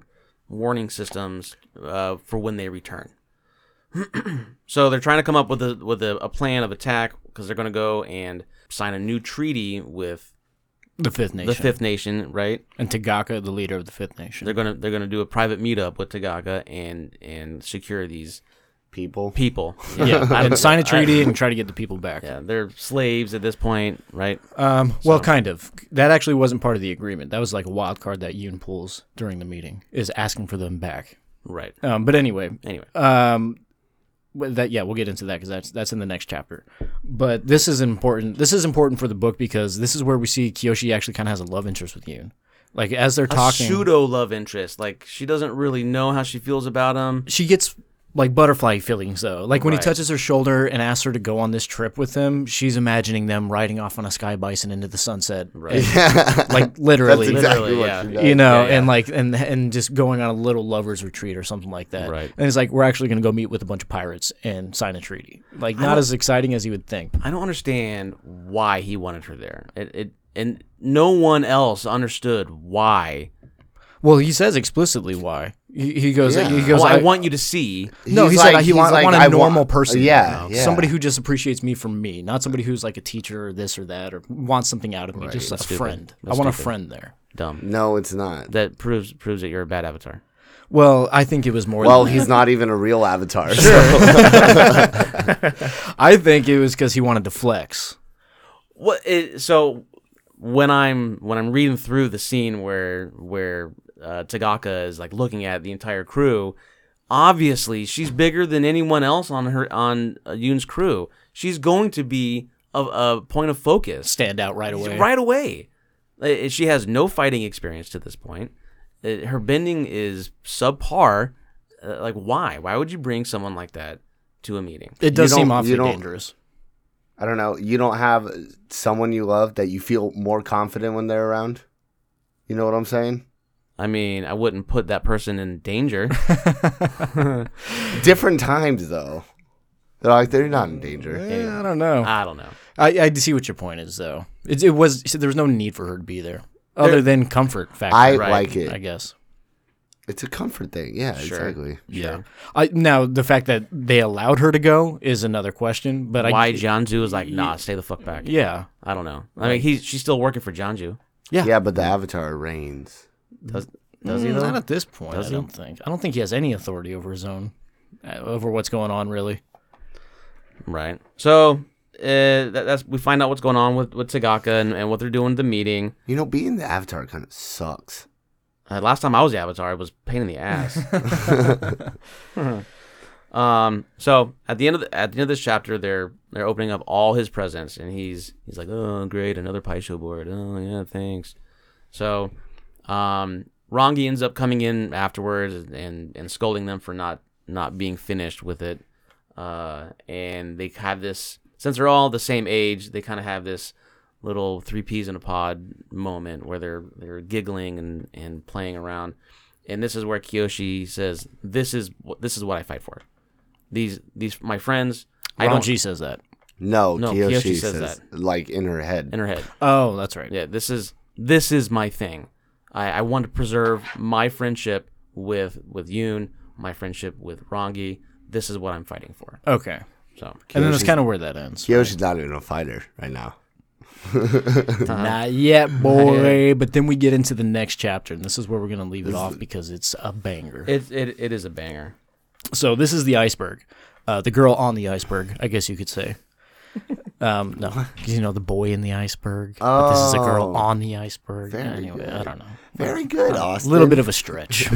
Speaker 3: warning systems uh, for when they return. So they're trying to come up with a with a, a plan of attack because they're going to go and sign a new treaty with
Speaker 2: the Fifth Nation
Speaker 3: the Fifth Nation, right?
Speaker 2: and Tagaka, the leader of the Fifth Nation.
Speaker 3: They're gonna they're gonna do a private meetup with Tagaka and and secure these
Speaker 1: people.
Speaker 3: people.
Speaker 2: yeah, and sign a treaty and try to get the people back.
Speaker 3: Yeah, they're slaves at this point, right?
Speaker 2: Um, well, kind of. That actually wasn't part of the agreement. That was like a wild card that Yoon pulls during the meeting is asking for them back.
Speaker 3: Right.
Speaker 2: Um, but anyway,
Speaker 3: Anyway,
Speaker 2: um, well, that yeah, we'll get into that because that's that's in the next chapter. But this is important. This is important for the book because this is where we see Kiyoshi actually kind of has a love interest with Yoon. Like as they're talking,
Speaker 3: pseudo love interest. Like she doesn't really know how she feels about him.
Speaker 2: she gets like butterfly feelings though. Like when
Speaker 3: Right.
Speaker 2: he touches her shoulder and asks her to go on this trip with him, she's imagining them riding off on a sky bison into the sunset. Right. like
Speaker 1: That's
Speaker 2: literally.
Speaker 1: exactly
Speaker 3: Literally,
Speaker 1: what
Speaker 3: yeah.
Speaker 1: she does.
Speaker 2: You know,
Speaker 3: Yeah, yeah.
Speaker 2: and like and and just going on a little lovers retreat or something like that.
Speaker 3: Right.
Speaker 2: And it's like we're actually gonna go meet with a bunch of pirates and sign a treaty. Like not as exciting as you would think.
Speaker 3: I don't understand why he wanted her there. It, it and no one else understood why.
Speaker 2: Well, he says explicitly why. He, he goes
Speaker 1: Yeah.
Speaker 2: he goes
Speaker 3: well, I,
Speaker 2: I,
Speaker 3: want you to see.
Speaker 2: No, he
Speaker 1: He's
Speaker 2: said
Speaker 1: like-
Speaker 2: he
Speaker 1: he's
Speaker 2: want, I
Speaker 1: like,
Speaker 2: want a
Speaker 1: I want-
Speaker 2: normal person.
Speaker 1: Yeah, yeah.
Speaker 2: Somebody who just appreciates me for me, not somebody who's like a teacher or this or that or wants something out of me. Just a friend. I want a friend there.
Speaker 3: Dumb.
Speaker 1: No, it's not.
Speaker 3: That proves proves that you're a bad avatar.
Speaker 2: Well, I think it was more
Speaker 1: Well,
Speaker 2: than
Speaker 1: he's not even a real avatar.
Speaker 2: I think it was because he wanted to flex.
Speaker 3: What? It, so when I'm when I'm reading through the scene where where uh, Tagaka is like looking at the entire crew, obviously she's bigger than anyone else on her on uh, Yoon's crew. She's going to be a, a point of focus
Speaker 2: Stand out right away.
Speaker 3: right away. Uh, She has no fighting experience to this point. Uh, Her bending is subpar. Uh, like why? Why would you bring someone like that to a meeting?
Speaker 2: It does
Speaker 1: You don't-
Speaker 2: seem
Speaker 1: you
Speaker 2: awfully
Speaker 1: don't-
Speaker 2: dangerous.
Speaker 1: I don't know. You don't have someone you love that you feel more confident when they're around. You know what I'm saying?
Speaker 3: I mean, I wouldn't put that person in danger.
Speaker 1: Different times though. They're like they're not in danger.
Speaker 2: Yeah, I don't know.
Speaker 3: I don't know.
Speaker 2: I, I see what your point is, though. It, it was so there was no need for her to be there, other than comfort factor.
Speaker 1: I
Speaker 3: Right.
Speaker 1: like
Speaker 2: I
Speaker 1: it.
Speaker 2: guess.
Speaker 1: It's a comfort thing. Yeah, exactly.
Speaker 2: Yeah. I, now the fact that they allowed her to go is another question, but I
Speaker 3: Why Janju was like, nah, stay the fuck back.
Speaker 2: yeah.
Speaker 3: I don't know. I mean, he's she's still working for Janju.
Speaker 1: Yeah. but the avatar reigns.
Speaker 3: Does does he
Speaker 2: Mm, Not
Speaker 3: though?
Speaker 2: at this point. I don't think. I don't think he has any authority over his own, uh, over what's going on. Really,
Speaker 3: Right. So uh, that, that's we find out what's going on with with Tagaka and, and what they're doing at the meeting.
Speaker 1: You know, being the avatar kind of sucks.
Speaker 3: Uh, last time I was the Avatar, it was a pain in the ass. um. So at the end of the, at the end of this chapter, they're they're opening up all his presents, and he's he's like, oh great, another pie show board. Oh yeah, thanks. So, um, Rongi ends up coming in afterwards and and scolding them for not not being finished with it. Uh, and they have this since they're all the same age, they kind of have this little three peas in a pod moment where they're they're giggling and and playing around. And this is where Kiyoshi says, "This is wh- this is what I fight for. These these my friends. I don't
Speaker 2: Ranji says that.
Speaker 1: No,
Speaker 3: No,
Speaker 1: Kiyoshi,
Speaker 3: Kiyoshi
Speaker 1: says,
Speaker 3: says
Speaker 1: like in her head.
Speaker 3: in her head.
Speaker 2: Oh, that's right.
Speaker 3: Yeah, this is this is my thing. I, I want to preserve my friendship with with Yoon, my friendship with Rongi. This is what I'm fighting for.
Speaker 2: Okay,
Speaker 3: So
Speaker 2: and then that's kind of where that ends.
Speaker 1: Kiyoshi's not even a fighter right now.
Speaker 2: Not yet, boy. But then we get into the next chapter, and this is where we're gonna leave it off because it's a banger.
Speaker 3: It, it it is a banger.
Speaker 2: So this is the iceberg, uh, the girl on the iceberg, I guess you could say. Um, no, 'cause, you know the boy in the iceberg. but this is a girl
Speaker 1: Oh.
Speaker 2: on the iceberg.
Speaker 1: Very
Speaker 2: anyway, I
Speaker 1: good.
Speaker 2: don't know.
Speaker 1: Very good, Austin.
Speaker 2: A little bit of a stretch.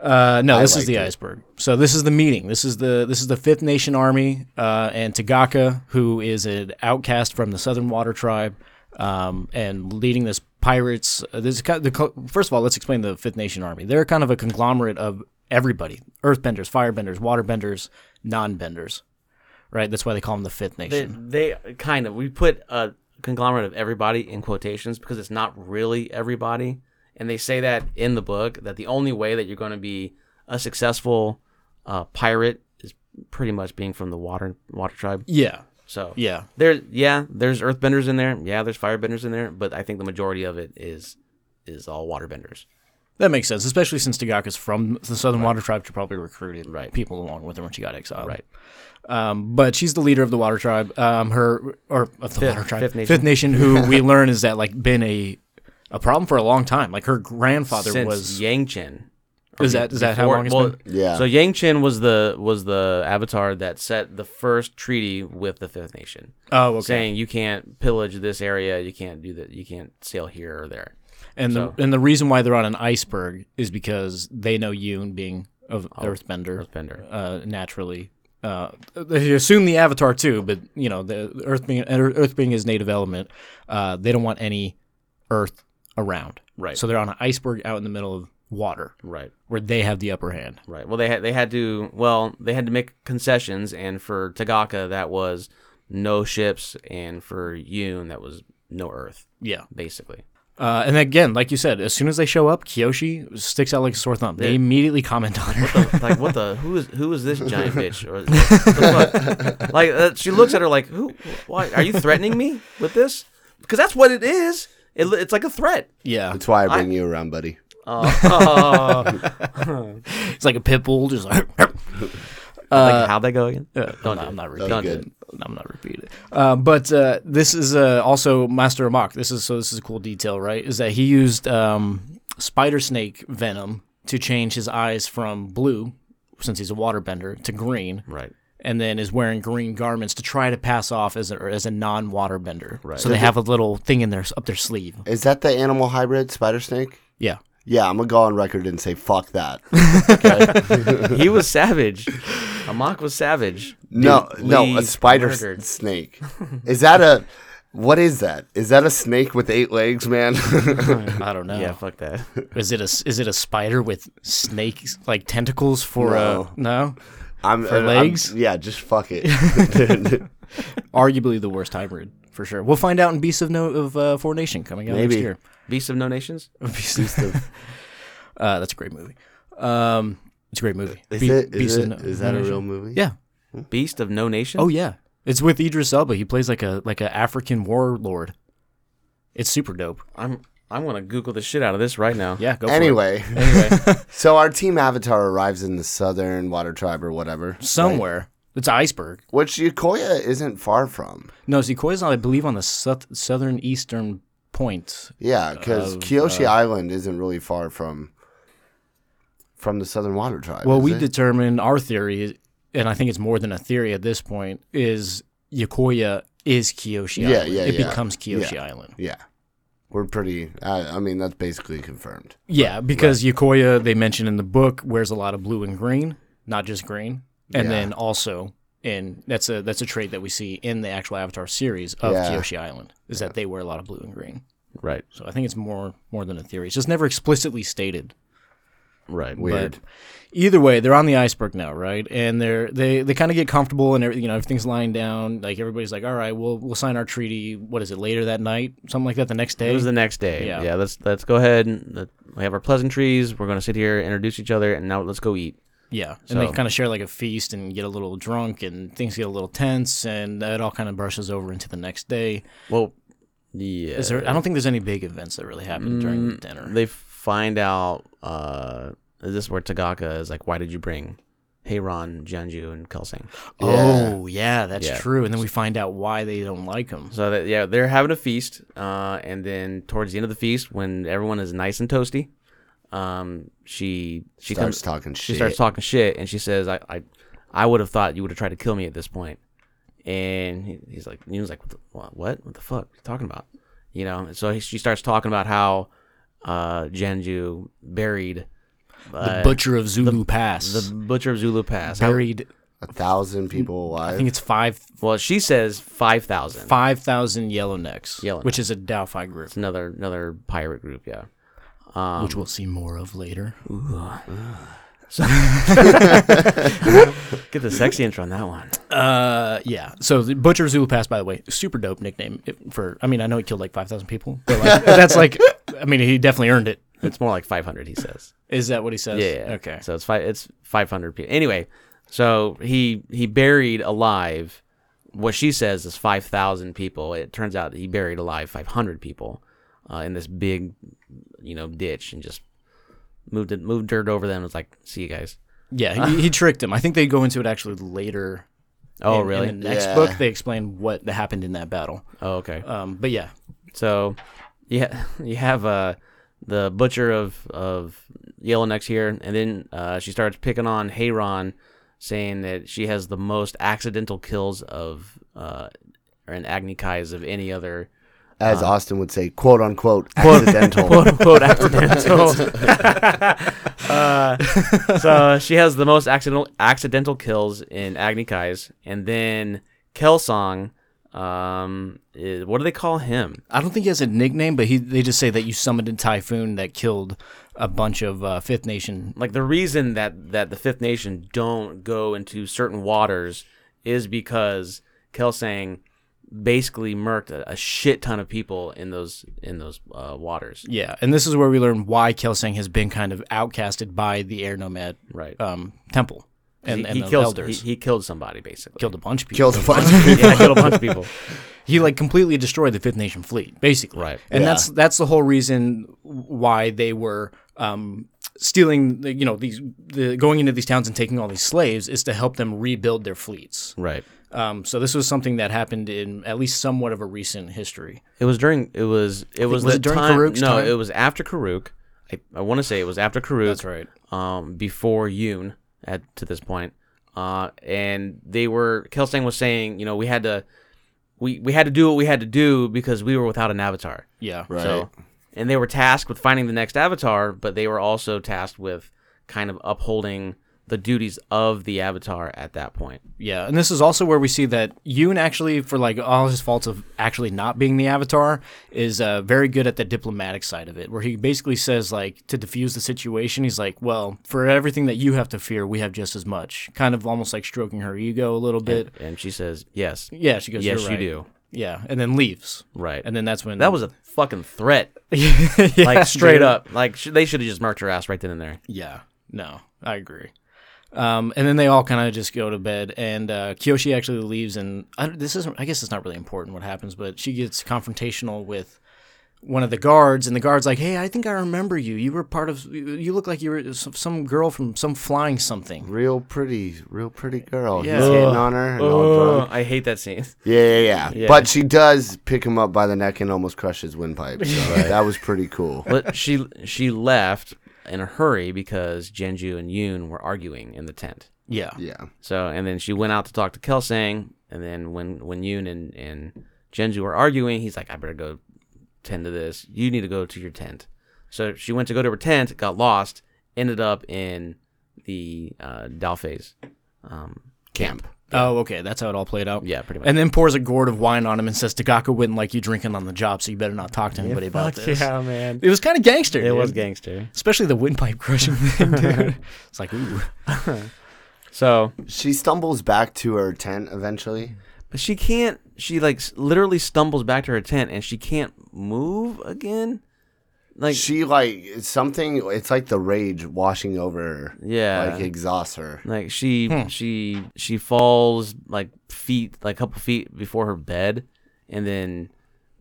Speaker 2: Uh, no, this is the iceberg. So this is the meeting. This is the this is the Fifth Nation Army uh, and Tagaka, who is an outcast from the Southern Water Tribe, um, and leading this pirates. Uh, this is kind of the, co- first of all, let's explain the Fifth Nation Army. They're kind of a conglomerate of everybody: earthbenders, firebenders, waterbenders, non-benders. Right. That's why they call them the Fifth
Speaker 3: They,
Speaker 2: Nation.
Speaker 3: they kind of we put a conglomerate of everybody in quotations because it's not really everybody, and they say that in the book that the only way that you're going to be a successful uh, pirate is pretty much being from the water water tribe.
Speaker 2: yeah.
Speaker 3: So
Speaker 2: Yeah.
Speaker 3: there yeah there's earthbenders in there yeah there's firebenders in there but I think the majority of it is is all waterbenders.
Speaker 2: That makes sense, especially since Tagaka's from the Southern Water Tribe. She probably recruited
Speaker 3: Right.
Speaker 2: people along with her when she got exiled. Right. Um, but she's the leader of the Water Tribe. Um, her or of the Water Tribe,
Speaker 3: Fifth Nation.
Speaker 2: who we learn is that like been a a problem for a long time. Like her grandfather
Speaker 3: Since
Speaker 2: was.
Speaker 3: Yang Chen.
Speaker 2: Is that- is that how long it's been?
Speaker 1: Yeah.
Speaker 3: So Yang Chen was the was the avatar that set the first treaty with the Fifth Nation,
Speaker 2: Oh, okay.
Speaker 3: saying you can't pillage this area, you can't do that, you can't sail here or there.
Speaker 2: and the and the reason why they're on an iceberg is because they know Yoon being of
Speaker 3: Oh.
Speaker 2: Earthbender.
Speaker 3: Earthbender.
Speaker 2: uh, naturally. Uh, they assume the Avatar too, but you know the Earth being Earth Earth being his native element, uh, they don't want any Earth around.
Speaker 3: Right.
Speaker 2: So they're on an iceberg out in the middle of water,
Speaker 3: Right.
Speaker 2: where they have the upper hand.
Speaker 3: Right. Well, they had they had to well they had to make concessions, and for Tagaka that was no ships, and for Yoon that was no Earth,
Speaker 2: Yeah.
Speaker 3: basically.
Speaker 2: Uh, and again, like you said, as soon as they show up, Kyoshi sticks out like a sore thumb. They immediately comment on her.
Speaker 3: like what the who is who is this giant bitch or the fuck? like uh, she looks at her like who why are you threatening me with this because that's what it is it, li- it's like a threat
Speaker 2: yeah.
Speaker 1: That's why I bring you around, buddy.
Speaker 3: Uh,
Speaker 2: It's like a pit bull, just like.
Speaker 3: like how'd that go again
Speaker 2: I'm, not,
Speaker 3: Don't do
Speaker 2: I'm
Speaker 3: it.
Speaker 2: not
Speaker 3: Don't
Speaker 2: repeating.
Speaker 3: do
Speaker 1: good.
Speaker 3: it.
Speaker 2: I'm not repeating. it. Uh, but uh, this is uh, also Master Amok. This is so. This is a cool detail, right? Is that he used um, spider snake venom to change his eyes from blue, since he's a waterbender, to green,
Speaker 3: right
Speaker 2: and then is wearing green garments to try to pass off as a, as a non waterbender.
Speaker 3: Right.
Speaker 2: So they have a little thing in their up their sleeve.
Speaker 1: Is that the animal hybrid spider snake?
Speaker 2: Yeah.
Speaker 1: Yeah, I'm gonna go on record and say fuck that.
Speaker 3: he was savage Amak was savage
Speaker 1: No,
Speaker 3: Dude,
Speaker 1: no,
Speaker 3: Lee
Speaker 1: a spider s-
Speaker 3: murdered.
Speaker 1: snake. Is that a what is that? Is that a snake with eight legs, man?
Speaker 2: I don't know.
Speaker 3: yeah fuck that
Speaker 2: Is it a s- is it a spider with snakes like tentacles for
Speaker 1: No.
Speaker 2: a no?
Speaker 1: I'm,
Speaker 2: For legs?
Speaker 1: yeah, just fuck it. Dude,
Speaker 2: arguably the worst hybrid for sure. We'll find out in Beasts of No of uh, Four Nation coming out next
Speaker 1: Maybe.
Speaker 2: year.
Speaker 3: beast of no nations
Speaker 2: Beasts of- uh, that's a great movie. Um, it's a great movie.
Speaker 1: is
Speaker 2: Be-
Speaker 1: it, is,
Speaker 2: Beasts of
Speaker 1: it,
Speaker 2: No-
Speaker 1: is that
Speaker 2: No
Speaker 1: a
Speaker 2: Nation.
Speaker 1: real movie?
Speaker 2: Yeah.
Speaker 3: beast of no nations
Speaker 2: Oh yeah. It's with Idris Elba. He plays like a like an African warlord. It's super dope.
Speaker 3: I'm I'm gonna Google the shit out of this right now
Speaker 2: Yeah. Go
Speaker 1: Anyway,
Speaker 2: for it. anyway,
Speaker 1: so our team avatar arrives in the Southern Water Tribe or whatever,
Speaker 2: somewhere it's iceberg.
Speaker 1: which Yokoya isn't far from.
Speaker 2: No, Sequoia's I believe on the south- southern eastern point.
Speaker 1: Yeah, because
Speaker 3: Uh,
Speaker 1: Kyoshi Island isn't really far from from the Southern Water Tribe.
Speaker 2: Well,
Speaker 1: is
Speaker 2: we
Speaker 1: it?
Speaker 2: determined our theory, and I think it's more than a theory at this point, is Yokoya is Kyoshi
Speaker 1: Yeah,
Speaker 2: Island.
Speaker 1: yeah,
Speaker 2: it
Speaker 1: yeah.
Speaker 2: becomes Kyoshi Island.
Speaker 1: Yeah, we're pretty. I, I mean, that's basically confirmed.
Speaker 2: Yeah, because Yokoya, they mention in the book, wears a lot of blue and green, not just green. And
Speaker 1: Yeah.
Speaker 2: then also in that's a that's a trait that we see in the actual Avatar series of
Speaker 1: Yeah.
Speaker 2: Kyoshi Island, is that they wear a lot of blue and green.
Speaker 3: right
Speaker 2: So I think it's more more than a theory. It's just never explicitly stated.
Speaker 3: right
Speaker 1: Weird.
Speaker 2: either way, they're on the iceberg now, right? And they're they they kind of get comfortable and everything. You know, everything's lying down. Like everybody's like, all right, we'll we'll sign our treaty. What is it later that night? Something like that. The next day.
Speaker 3: It was the next day.
Speaker 2: Yeah.
Speaker 3: Yeah. let's let's go ahead and let, we have our pleasantries. We're gonna sit here, introduce each other, and now let's go eat.
Speaker 2: yeah, and they
Speaker 3: So-
Speaker 2: kind of share like a feast and get a little drunk and things get a little tense and it all kind of brushes over into the next day.
Speaker 3: Well, yeah.
Speaker 2: Is there? I don't think there's any big events that really happen during the dinner.
Speaker 3: They find out. Uh, is this where Tagaka is like? Why did you bring Heyron, Jeonju, and Kelsang.
Speaker 2: Oh, yeah, that's
Speaker 3: Yeah.
Speaker 2: true. And then we find out why they don't like him.
Speaker 3: So that, yeah, they're having a feast, uh, and then towards the end of the feast, when everyone is nice and toasty, um, she she
Speaker 1: Starts
Speaker 3: comes,
Speaker 1: talking
Speaker 3: she
Speaker 1: shit.
Speaker 3: starts talking shit, and she says, "I I, I would have thought you would have tried to kill me at this point." And he, he's like, he was like, "What? the- wha- What? What the fuck? Are you talking about?" You know. and So he, she starts talking about how uh, Genju buried
Speaker 2: The butcher of Zulu Pass.
Speaker 3: the butcher of Zulu Pass. How-
Speaker 2: buried,
Speaker 1: a thousand people
Speaker 2: I
Speaker 1: alive.
Speaker 2: think it's five
Speaker 3: well, she says five thousand.
Speaker 2: five thousand Yellownecks,
Speaker 3: Yellownecks.
Speaker 2: which is a Dalphi group,
Speaker 3: It's another another pirate group. Yeah.
Speaker 2: which
Speaker 3: Um,
Speaker 2: we'll see more of later.
Speaker 3: Get the sexy intro on that one.
Speaker 2: Uh, yeah. So the Butcher of Zulu Pass, by the way, super dope nickname it- for. I mean, I know he killed like five thousand people, but like, that's like, I mean, he definitely earned it.
Speaker 3: It's more like 500, he says.
Speaker 2: Is that what he says?
Speaker 3: Yeah.
Speaker 2: Okay.
Speaker 3: So it's five. It's 500 people. Anyway, so he he buried alive. What she says is 5,000 people. It turns out he buried alive 500 people uh, in this big, you know, ditch and just moved it, moved dirt over them. It's like, see you guys.
Speaker 2: Yeah, he, he tricked him. I think they go into it actually later.
Speaker 3: Oh
Speaker 2: in,
Speaker 3: really?
Speaker 2: In the next
Speaker 1: Yeah.
Speaker 2: book, they explain what happened in that battle.
Speaker 3: oh okay.
Speaker 2: Um, but yeah,
Speaker 3: So, yeah, you have uh, the butcher of of Yellowknecks here, and then uh, she starts picking on Heyron, saying that she has the most accidental kills of uh, or in Agni Kais of any other
Speaker 1: As Austin would say, quote unquote, accidental.
Speaker 3: uh, quote unquote accidental. uh, so she has the most accidental accidental kills in Agni Kais, and then Kelsong. Um, is, what do they call him?
Speaker 2: I don't think he has a nickname, but he they just say that you summoned a typhoon that killed a bunch of uh, Fifth Nation.
Speaker 3: like the reason that that the Fifth Nation don't go into certain waters is because Kelsang basically murked a, a shit ton of people in those in those uh, waters.
Speaker 2: Yeah, and this is where we learn why Kelsang has been kind of outcasted by the Air Nomad
Speaker 3: Right.
Speaker 2: um, Temple and, and the
Speaker 3: killed
Speaker 2: elders.
Speaker 3: He, he killed somebody basically.
Speaker 2: killed a bunch of people.
Speaker 1: Killed a bunch of people.
Speaker 3: yeah, killed a bunch of people.
Speaker 2: He like completely destroyed the Fifth Nation fleet, basically.
Speaker 3: Right.
Speaker 2: And that's that's the whole reason why they were um, stealing, the, you know, these the going into these towns and taking all these slaves is to help them rebuild their fleets.
Speaker 3: Right.
Speaker 2: Um, so this was something that happened in at least somewhat of a recent history.
Speaker 3: It was during. It was. It was.
Speaker 2: was
Speaker 3: the
Speaker 2: it during
Speaker 3: time,
Speaker 2: Karuk's
Speaker 3: No,
Speaker 2: time?
Speaker 3: it was after Karuk. I, I want to say it was after Karuk. That's
Speaker 2: right.
Speaker 3: Um, before Yoon at to this point, uh, and they were Kelsang was saying, you know, we had to, we we had to do what we had to do because we were without an avatar.
Speaker 2: Yeah.
Speaker 1: Right.
Speaker 3: So, and they were tasked with finding the next avatar, but they were also tasked with kind of upholding the duties of the avatar at that point.
Speaker 2: Yeah, and this is also where we see that Yoon actually, for like all his faults of actually not being the Avatar, is uh, very good at the diplomatic side of it, where he basically says like to diffuse the situation, he's like, "Well, for everything that you have to fear, we have just as much." Kind of almost like stroking her ego a little bit.
Speaker 3: And she says, "Yes,
Speaker 2: yeah, she goes,
Speaker 3: yes,
Speaker 2: "You're
Speaker 3: you
Speaker 2: right."
Speaker 3: do."
Speaker 2: Yeah, and then leaves.
Speaker 3: Right.
Speaker 2: And then that's when
Speaker 3: That was a fucking threat.
Speaker 2: yeah,
Speaker 3: like straight
Speaker 2: dude.
Speaker 3: up. Like sh- they should have just murked her ass right then and there.
Speaker 2: Yeah, no, I agree. Um, and then they all kind of just go to bed, and uh, Kyoshi actually leaves. And I, don't- this isn't, I guess it's not really important what happens, but she gets confrontational with one of the guards, and the guard's like, "Hey, I think I remember you. You were part of. You you look like you were some, some girl from some flying something."
Speaker 1: real pretty, real pretty girl.
Speaker 2: Yeah.
Speaker 1: He's hitting on her and
Speaker 3: Uh,
Speaker 1: all drunk.
Speaker 3: I hate that scene.
Speaker 1: Yeah, yeah, yeah, But she does pick him up by the neck and almost crush his windpipe. So that was pretty cool.
Speaker 3: But she she left in a hurry because Genju and Yoon were arguing in the tent.
Speaker 2: Yeah,
Speaker 1: Yeah.
Speaker 3: So and then she went out to talk to Kelsang, and then when when Yoon and and Genju were arguing, he's like, "I better go tend to this. You need to go to your tent." So she went to go to her tent, got lost, ended up in the uh, Dalfays um, camp.
Speaker 2: Oh, okay, that's how it all played out.
Speaker 3: Yeah, pretty much.
Speaker 2: And then pours a gourd of wine on him and says, "Tagaka wouldn't like you drinking on the job, so you better not talk to anybody about this."
Speaker 3: man.
Speaker 2: It was kind of gangster.
Speaker 3: It
Speaker 2: dude.
Speaker 3: was gangster.
Speaker 2: especially the windpipe crushing thing, dude. It's like, ooh.
Speaker 3: So,
Speaker 1: She stumbles back to her tent eventually.
Speaker 3: but she can't. She like s- literally stumbles back to her tent, and she can't move again. Like,
Speaker 1: She like it's something. It's like the rage washing over her.
Speaker 3: Yeah.
Speaker 1: Like exhausts her.
Speaker 3: like she she she falls like feet, like a couple feet before her bed, and then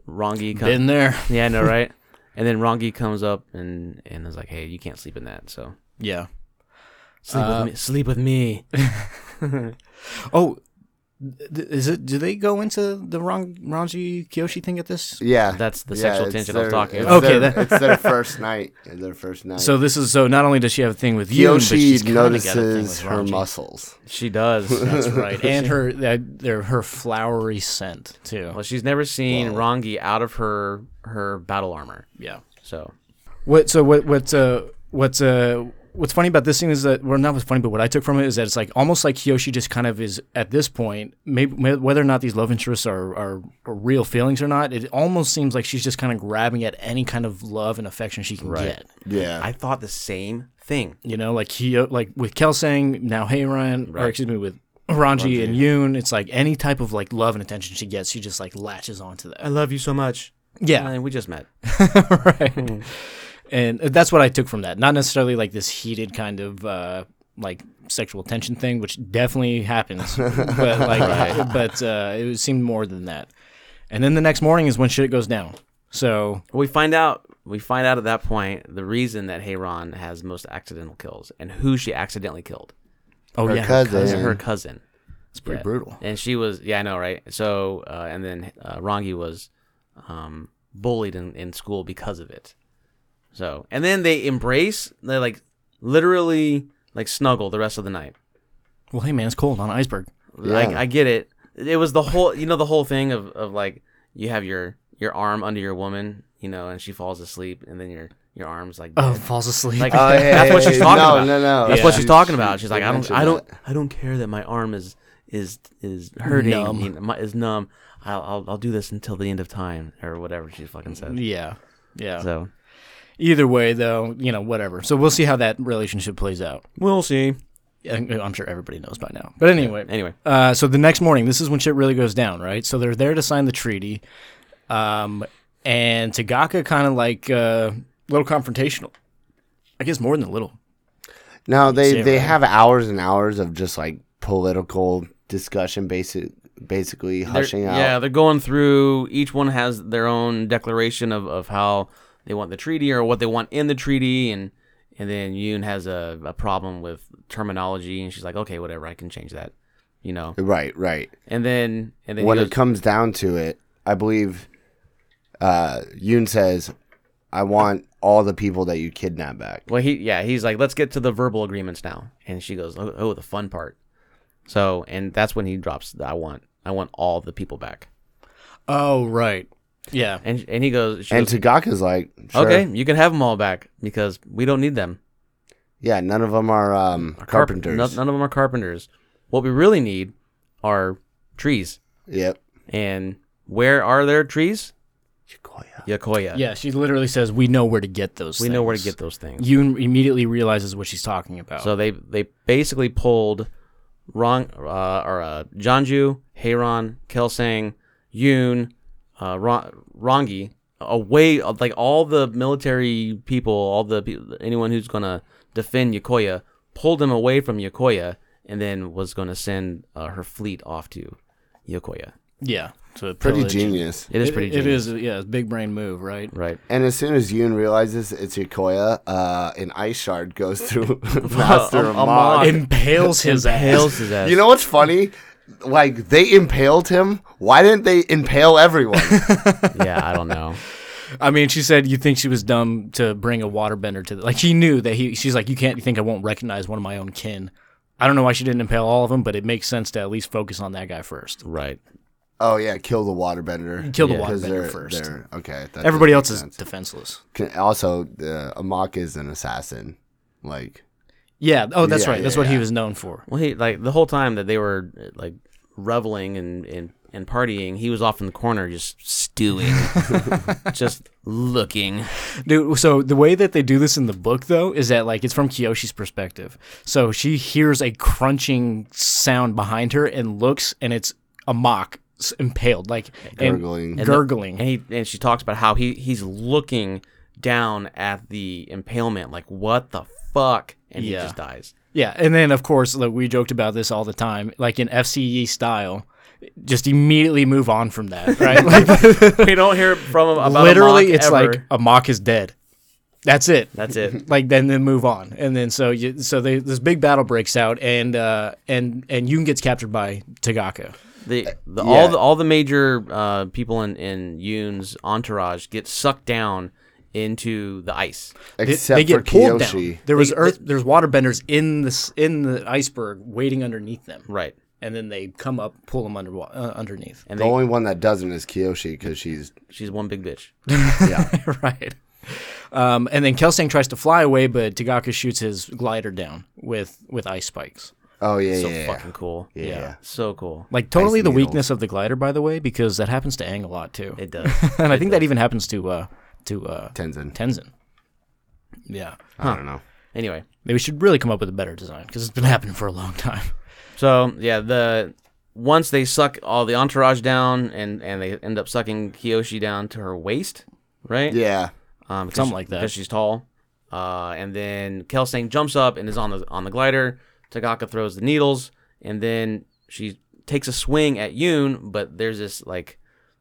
Speaker 3: Rongi comes.
Speaker 2: Been there.
Speaker 3: Yeah, I know, right? and then Rongi comes up and and is like, "Hey, you can't sleep in that." So
Speaker 2: Yeah.
Speaker 3: Sleep with me. Sleep with me.
Speaker 2: Oh, th- th- is it? Do they go into the Ron, Ranji Kyoshi thing at this?
Speaker 1: Yeah,
Speaker 3: That's the
Speaker 1: Yeah,
Speaker 3: sexual
Speaker 1: it's
Speaker 3: tension I was
Speaker 1: their-
Speaker 3: talking
Speaker 1: it's
Speaker 3: about.
Speaker 2: Okay,
Speaker 1: their-
Speaker 2: then.
Speaker 1: it's their first night. It's their first night.
Speaker 2: So this is so. Not only does she have a thing with you, but she's
Speaker 1: Yoshi
Speaker 2: kinda got a thing
Speaker 1: notices
Speaker 2: with
Speaker 1: her
Speaker 2: Ranji.
Speaker 1: muscles.
Speaker 3: She does. That's right.
Speaker 2: and her that their her flowery scent too.
Speaker 3: Well, she's never seen Rangi out of her her battle armor.
Speaker 2: yeah.
Speaker 3: So
Speaker 2: What? So what? What's uh? What's uh? What's funny about this thing is that well, not what's funny, but what I took from it is that it's like almost like Kyoshi just kind of is at this point, maybe whether or not these love interests are, are, are real feelings or not, it almost seems like she's just kind of grabbing at any kind of love and affection she can get.
Speaker 1: Yeah,
Speaker 3: I thought the same thing.
Speaker 2: You know, like he, uh, like with Kelsang, now Heiran, or excuse me, with Ranji, and Yoon, it's like any type of like love and attention she gets, she just like latches onto that.
Speaker 3: I love you so much.
Speaker 2: Yeah,
Speaker 3: And we just met.
Speaker 2: right. And that's what I took from that. Not necessarily like this heated kind of uh, like sexual tension thing, which definitely happens, but like, but uh, it was- seemed more than that. And then the next morning is when shit goes down. So
Speaker 3: We find out. We find out at that point the reason that Heyron has most accidental kills and who she accidentally killed.
Speaker 2: oh yeah,
Speaker 3: Is
Speaker 1: cousin.
Speaker 3: her cousin.
Speaker 2: it's pretty brutal.
Speaker 3: And she was, yeah, I know, right? So, uh, and then uh, Rongi was um, bullied in, in school because of it. So, and then they embrace, they like literally like snuggle the rest of the night.
Speaker 2: Well, hey man, it's cold on an iceberg.
Speaker 3: I, I get it. It was the whole, you know, the whole thing of, of like you have your your arm under your woman, you know, and she falls asleep, and then your your arms like
Speaker 2: Oh,
Speaker 3: dead.
Speaker 2: falls asleep.
Speaker 3: like
Speaker 1: Oh, yeah,
Speaker 3: that's what
Speaker 1: yeah,
Speaker 3: she's
Speaker 1: yeah.
Speaker 3: talking
Speaker 1: No,
Speaker 3: about.
Speaker 1: no, no.
Speaker 3: That's
Speaker 1: Yeah.
Speaker 3: what she's
Speaker 1: She-
Speaker 3: talking about.
Speaker 1: she-
Speaker 3: She's
Speaker 1: she
Speaker 3: like, I don't,
Speaker 1: mentioned
Speaker 3: I don't, I don't care that my arm is is is hurting,
Speaker 2: Numb.
Speaker 3: you know, my- is numb. I'll, I'll I'll do this until the end of time or whatever she fucking said.
Speaker 2: yeah, yeah.
Speaker 3: So
Speaker 2: Either way, though, you know, whatever. So we'll see how that relationship plays out.
Speaker 3: we'll see.
Speaker 2: Yeah, I'm sure everybody knows by now. But anyway,
Speaker 3: Anyway,
Speaker 2: Uh, so the next morning, this is when shit really goes down, right? So they're there to sign the treaty, um, and Tagaka kind of like uh, little confrontational. I guess more than a little.
Speaker 1: No, they
Speaker 2: it
Speaker 1: they
Speaker 2: right.
Speaker 1: have hours and hours of just like political discussion, basic basically
Speaker 3: They're-
Speaker 1: hushing out.
Speaker 3: yeah, they're going through. Each one has their own declaration of, of how they want the treaty or what they want in the treaty, and and then Yoon has a, a problem with terminology, and she's like, okay, whatever, I can change that, you know.
Speaker 1: Right, right.
Speaker 3: And then and then he
Speaker 1: when
Speaker 3: goes,
Speaker 1: it comes down to it, I believe uh, Yoon says, "I want all the people that you kidnapped back."
Speaker 3: Well, he yeah, he's like, let's get to the verbal agreements now, and she goes, oh, oh the fun part. So, and that's when he drops, the, I want, I want all the people back,
Speaker 2: Oh right, yeah,
Speaker 3: and and he goes, she
Speaker 1: And
Speaker 3: goes,
Speaker 1: Tagaka's like, sure.
Speaker 3: okay, you can have them all back because we don't need them.
Speaker 1: yeah, none of them are um,
Speaker 3: Carp-
Speaker 1: carpenters."
Speaker 3: no- none of them are carpenters. What we really need are trees,
Speaker 1: Yep.
Speaker 3: and where are there trees? Yakoya.
Speaker 2: yeah. She literally says, "We know where to get those.
Speaker 3: we know where to get those things.
Speaker 2: Yoon immediately realizes what she's talking about.
Speaker 3: So they they basically pulled Ron uh, or uh, Janju, Heiron, Kelsang, Yoon, uh, Ron, Rongi away like all the military people, all the peo- anyone who's gonna defend Yokoya, pulled them away from Yokoya, and then was gonna send uh, her fleet off to Yokoya.
Speaker 2: yeah, so
Speaker 1: Pretty genius.
Speaker 3: It is pretty.
Speaker 2: It
Speaker 3: genius,
Speaker 2: is. Yeah, it's a big brain move, right?
Speaker 3: right.
Speaker 1: And as soon as Yoon realizes it's Yakoya, uh, an ice shard goes through
Speaker 3: A-
Speaker 1: Master
Speaker 3: a
Speaker 1: Amon.
Speaker 3: Amon.
Speaker 2: Impales his ass.
Speaker 3: Hales is ass.
Speaker 1: You know what's funny? Like they impaled him. Why didn't they impale everyone?
Speaker 3: yeah, I don't know.
Speaker 2: I mean, she said, "You think she was dumb to bring a waterbender to the like?" She knew that he. She's like, "You can't think I won't recognize one of my own kin." I don't know why she didn't impale all of them, but it makes sense to at least focus on that guy first.
Speaker 3: Right.
Speaker 1: oh yeah, kill the waterbender.
Speaker 2: Kill the
Speaker 1: Yeah. 'Cause
Speaker 2: waterbender
Speaker 1: they're-
Speaker 2: 1st
Speaker 1: they're- okay. that
Speaker 2: Everybody else
Speaker 1: does
Speaker 2: is
Speaker 1: make sense.
Speaker 2: defenseless.
Speaker 1: Can- Also, uh, Amok is an assassin. Like
Speaker 2: Yeah. Oh, that's
Speaker 1: Yeah,
Speaker 2: right. That's
Speaker 1: yeah,
Speaker 2: what he
Speaker 1: yeah.
Speaker 2: was known for.
Speaker 3: Well, he like the whole time that they were like reveling and and, and partying, he was off in the corner just stewing, just looking.
Speaker 2: Dude, so the way that they do this in the book, though, is that like it's from Kiyoshi's perspective. So she hears a crunching sound behind her and looks, and it's a mock s- impaled, like and-
Speaker 1: Gurgling.
Speaker 2: gurgling.
Speaker 3: And he and she talks about how he he's looking down at the impalement, like what the fuck, and
Speaker 2: Yeah.
Speaker 3: he just dies.
Speaker 2: Yeah, and then of course, like we joked about this all the time, like in FCE style, just immediately move on from that, right? like
Speaker 3: we don't hear from him about
Speaker 2: literally,
Speaker 3: Amok
Speaker 2: it's
Speaker 3: ever.
Speaker 2: like Amok is dead. That's it.
Speaker 3: That's it.
Speaker 2: like then then move on and then so you so they, this big battle breaks out and uh and and Yoon gets captured by Tagaka
Speaker 3: The, the
Speaker 1: yeah.
Speaker 3: all the all the major uh, people in in Yoon's entourage get sucked down into the ice.
Speaker 2: They-
Speaker 1: Except
Speaker 2: they
Speaker 1: for
Speaker 2: get pulled down
Speaker 1: Kyoshi.
Speaker 2: there was
Speaker 3: They-
Speaker 2: earth there's waterbenders in this in the iceberg waiting underneath them
Speaker 3: Right.
Speaker 2: and then they come up pull them under uh, underneath
Speaker 3: And
Speaker 1: The
Speaker 3: they,
Speaker 1: only one that doesn't is Kyoshi because she's
Speaker 3: she's one big bitch.
Speaker 1: yeah.
Speaker 2: right um and then Kelsang tries to fly away but Tagaka shoots his glider down with with ice spikes
Speaker 1: Oh yeah,
Speaker 3: So
Speaker 1: yeah, yeah.
Speaker 3: fucking cool.
Speaker 1: yeah.
Speaker 2: yeah.
Speaker 3: So cool.
Speaker 2: like totally the
Speaker 1: needles.
Speaker 2: weakness of the glider by the way because that happens to Aang a lot too
Speaker 3: It does.
Speaker 2: and I think that even happens to uh to uh
Speaker 1: Tenzin.
Speaker 2: Tenzin yeah
Speaker 1: I don't know.
Speaker 3: anyway,
Speaker 2: Maybe we should really come up with a better design because it's been happening for a long time.
Speaker 3: so yeah, the once they suck all the entourage down and and they end up sucking Kiyoshi down to her waist, right?
Speaker 1: Yeah.
Speaker 3: um, because
Speaker 2: Something
Speaker 3: she-
Speaker 2: like that.
Speaker 3: Because she's tall. Uh, and then Kelsang jumps up and is on the on the glider. Tagaka throws the needles, and then she takes a swing at Yoon, but there's this like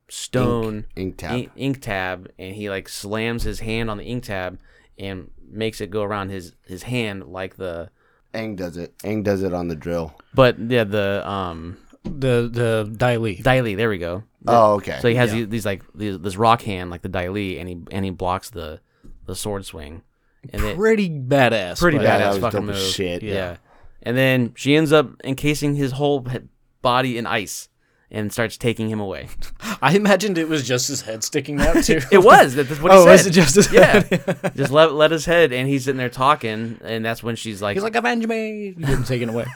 Speaker 3: stone
Speaker 1: Ink tab.
Speaker 3: ink, ink tab, and he like slams his hand on the ink tab and makes it go around his his hand like the.
Speaker 1: Aang does it. Aang does it on the drill.
Speaker 3: But yeah, the um
Speaker 2: The the Dai Li.
Speaker 3: Daily, there we go.
Speaker 1: Oh, okay.
Speaker 3: So he has these, these like these, this rock hand like the Daily, and he and he blocks the the sword swing, and then
Speaker 2: Pretty badass.
Speaker 3: pretty
Speaker 2: but-
Speaker 1: Yeah, that was
Speaker 3: badass fucking
Speaker 1: dope
Speaker 3: move.
Speaker 1: as shit.
Speaker 3: Yeah. and then she ends up encasing his whole he- body in ice and starts taking him away.
Speaker 2: I imagined it was just his head sticking out too.
Speaker 3: It was that- that's what he
Speaker 2: Oh,
Speaker 3: said.
Speaker 2: was it just his
Speaker 3: yeah, just let let his head, and he's sitting there talking, and that's when she's like,
Speaker 2: He's like, avenge me. You get him taken away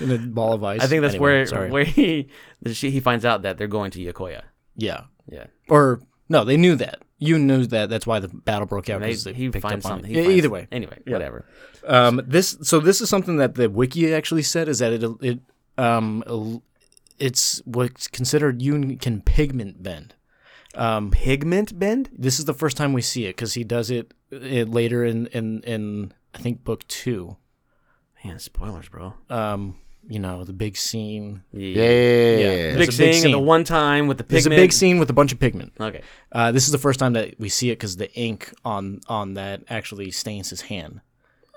Speaker 2: in a ball of ice.
Speaker 3: I think that's
Speaker 2: Anyway,
Speaker 3: where
Speaker 2: Sorry.
Speaker 3: where he that she, he finds out that they're going to Yokoya.
Speaker 2: yeah.
Speaker 3: Yeah,
Speaker 2: Or no, they knew that. You knew that. That's why the battle broke out.
Speaker 3: they,
Speaker 2: 'cause they
Speaker 3: he
Speaker 2: picked
Speaker 3: finds
Speaker 2: up on it.
Speaker 3: something. he
Speaker 2: Yeah,
Speaker 3: finds-
Speaker 2: Either way,
Speaker 3: anyway, whatever.
Speaker 2: Um, this so this is something that the wiki actually said is that it it um el- it's what's considered Yoon can pigment bend. Um,
Speaker 3: Pigment bend.
Speaker 2: this is the first time we see it because he does it, it later in in in I think book two.
Speaker 3: Man, spoilers, bro.
Speaker 2: Um, you know the big scene.
Speaker 1: yeah, yeah, yeah, yeah.
Speaker 2: Yeah.
Speaker 3: Big
Speaker 2: There's a big
Speaker 3: scene, and the
Speaker 2: scene.
Speaker 3: one time with the
Speaker 2: There's
Speaker 3: pigment.
Speaker 2: a big scene with a bunch of pigment.
Speaker 3: Okay,
Speaker 2: Uh, this is the first time that we see it because the ink on on that actually stains his hand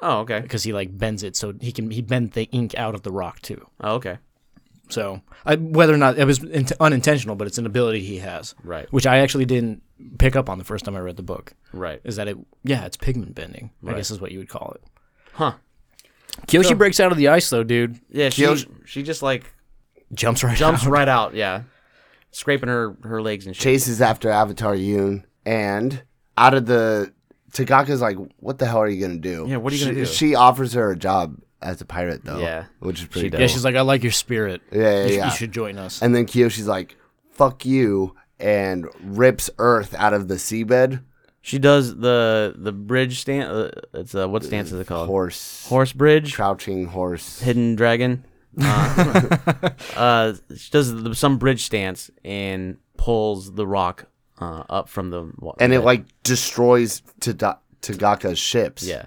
Speaker 3: oh okay,
Speaker 2: because he like bends it so he can he bend the ink out of the rock too.
Speaker 3: oh okay,
Speaker 2: So I, whether or not it was int unintentional, but it's an ability he has,
Speaker 3: Right.
Speaker 2: Which I actually didn't pick up on the first time I read the book.
Speaker 3: right,
Speaker 2: Is that it? Yeah, it's pigment bending. I guess is what you would call it.
Speaker 3: huh?
Speaker 2: Kyoshi breaks out of the ice though, dude.
Speaker 3: Yeah, she
Speaker 1: Kyoshi-
Speaker 3: she just like
Speaker 2: Jumps right
Speaker 3: jumps
Speaker 2: out.
Speaker 3: right out. Yeah, scraping her her legs and shit.
Speaker 1: chases after Avatar Yoon, and out of the Tagaka's like, "What the hell are you gonna do?"
Speaker 3: Yeah, what are you
Speaker 1: she,
Speaker 3: gonna do?
Speaker 1: She offers her a job as a pirate, though.
Speaker 3: Yeah.
Speaker 1: which is pretty.
Speaker 3: She
Speaker 1: dope.
Speaker 2: Yeah, she's like, I like your spirit.
Speaker 1: Yeah, yeah,
Speaker 2: you,
Speaker 1: yeah.
Speaker 2: you should join us.
Speaker 1: And then Kyoshi's like, "Fuck you," and rips Earth out of the seabed.
Speaker 3: She does the the bridge stance. Uh, it's uh, what stance is it called?
Speaker 1: Horse,
Speaker 3: Horse bridge.
Speaker 1: crouching horse.
Speaker 3: Hidden dragon. Uh, uh, she does the, some bridge stance and pulls the rock uh, up from the wa-
Speaker 1: and it
Speaker 3: bed.
Speaker 1: like destroys Tada- Tagaka's ships.
Speaker 3: yeah,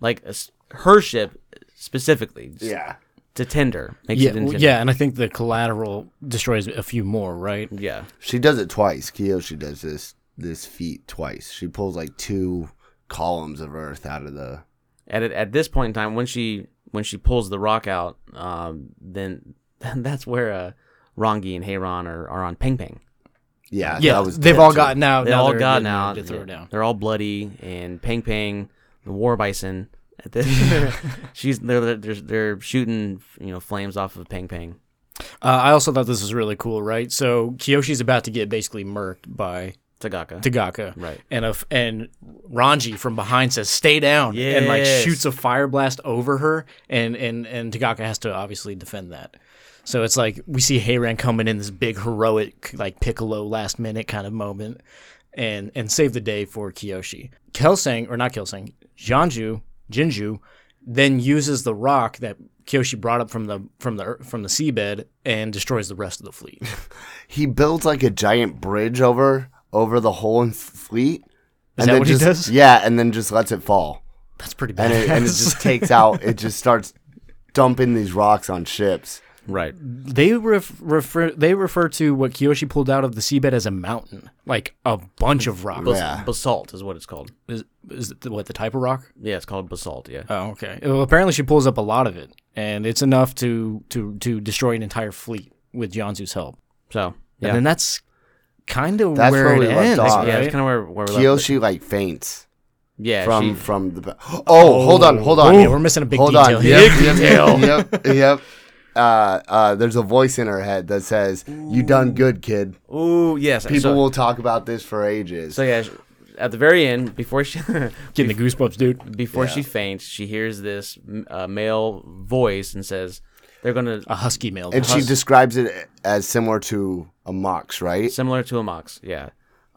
Speaker 3: like a s her ship specifically s-
Speaker 1: yeah.
Speaker 3: to tender makes
Speaker 2: Yeah,
Speaker 3: it
Speaker 2: well,
Speaker 3: into
Speaker 2: yeah, and I think the collateral destroys a few more, right?
Speaker 3: yeah
Speaker 1: She does it twice. Kiyoshi does this this feat twice. She pulls like two columns of Earth out of the.
Speaker 3: at it, at this point in time when she when she pulls the rock out, um, then that's where uh, Rongi and Heyron are, are on Ping Ping.
Speaker 1: Yeah,
Speaker 2: Yeah,
Speaker 1: that was
Speaker 2: they've
Speaker 1: dope,
Speaker 2: all
Speaker 1: too.
Speaker 2: gotten out.
Speaker 3: They
Speaker 2: now
Speaker 3: all
Speaker 2: they're
Speaker 3: got
Speaker 2: getting
Speaker 3: now.
Speaker 2: ready to throw
Speaker 3: yeah,
Speaker 2: down.
Speaker 3: They're all bloody and Ping Ping, the war bison. At this, she's they're, they're they're shooting you know flames off of Ping Ping.
Speaker 2: Uh, I also thought this was really cool, right? So Kyoshi's about to get basically murked by
Speaker 3: Tagaka.
Speaker 2: Tagaka.
Speaker 3: Right.
Speaker 2: And a f and Ranji from behind says, "Stay down," and like
Speaker 3: Yes.
Speaker 2: shoots a fire blast over her, and and and Tagaka has to obviously defend that. So it's like we see Heiran coming in this big heroic like Piccolo last minute kind of moment, and and save the day for Kyoshi. Kelsang or not Kelsang, Janju Jinju then uses the rock that Kyoshi brought up from the from the ear- from the seabed and destroys the rest of the fleet.
Speaker 1: He builds like a giant bridge over over the whole in fleet. Is
Speaker 2: that what he does?
Speaker 1: Yeah, and then just lets it fall,
Speaker 2: That's pretty bad.
Speaker 1: and it, and it just takes out. It just starts dumping these rocks on ships.
Speaker 3: Right.
Speaker 2: They ref- refer they refer to what Kiyoshi pulled out of the seabed as a mountain, like a bunch of rocks.
Speaker 3: Bas-
Speaker 1: Yeah.
Speaker 3: Basalt is what it's called.
Speaker 2: Is, is it the, what the type of rock?
Speaker 3: Yeah, it's called basalt. Yeah.
Speaker 2: Oh, okay. Well, apparently she pulls up a lot of it, and it's enough to to to destroy an entire fleet with Janzu's help.
Speaker 3: So
Speaker 2: And
Speaker 3: yeah,
Speaker 2: then that's kind of
Speaker 1: That's
Speaker 2: where,
Speaker 1: where we
Speaker 2: it
Speaker 1: left
Speaker 2: ends.
Speaker 1: off.
Speaker 3: yeah,
Speaker 2: right?
Speaker 3: it's kind of where where we left.
Speaker 1: Kiyoshi like faints
Speaker 3: it. Yeah,
Speaker 1: from
Speaker 3: she-
Speaker 1: from the. Ba- oh, hold on, hold on.
Speaker 2: Oh, yeah, we're missing a big
Speaker 1: hold
Speaker 2: detail
Speaker 1: on.
Speaker 2: here.
Speaker 1: Yep, yep, yep, yep. Uh, uh, there's a voice in her head that says, "You done good, kid.
Speaker 3: Ooh, yes.
Speaker 1: People
Speaker 3: so,
Speaker 1: will talk about this for ages."
Speaker 3: So yeah, at the very end, before she
Speaker 2: Getting the goosebumps, dude.
Speaker 3: before she faints, she hears this m- uh, male voice and says, "They're gonna
Speaker 2: A husky male.
Speaker 1: and she describes it as similar to a mox, right?
Speaker 3: similar to a mox." Yeah,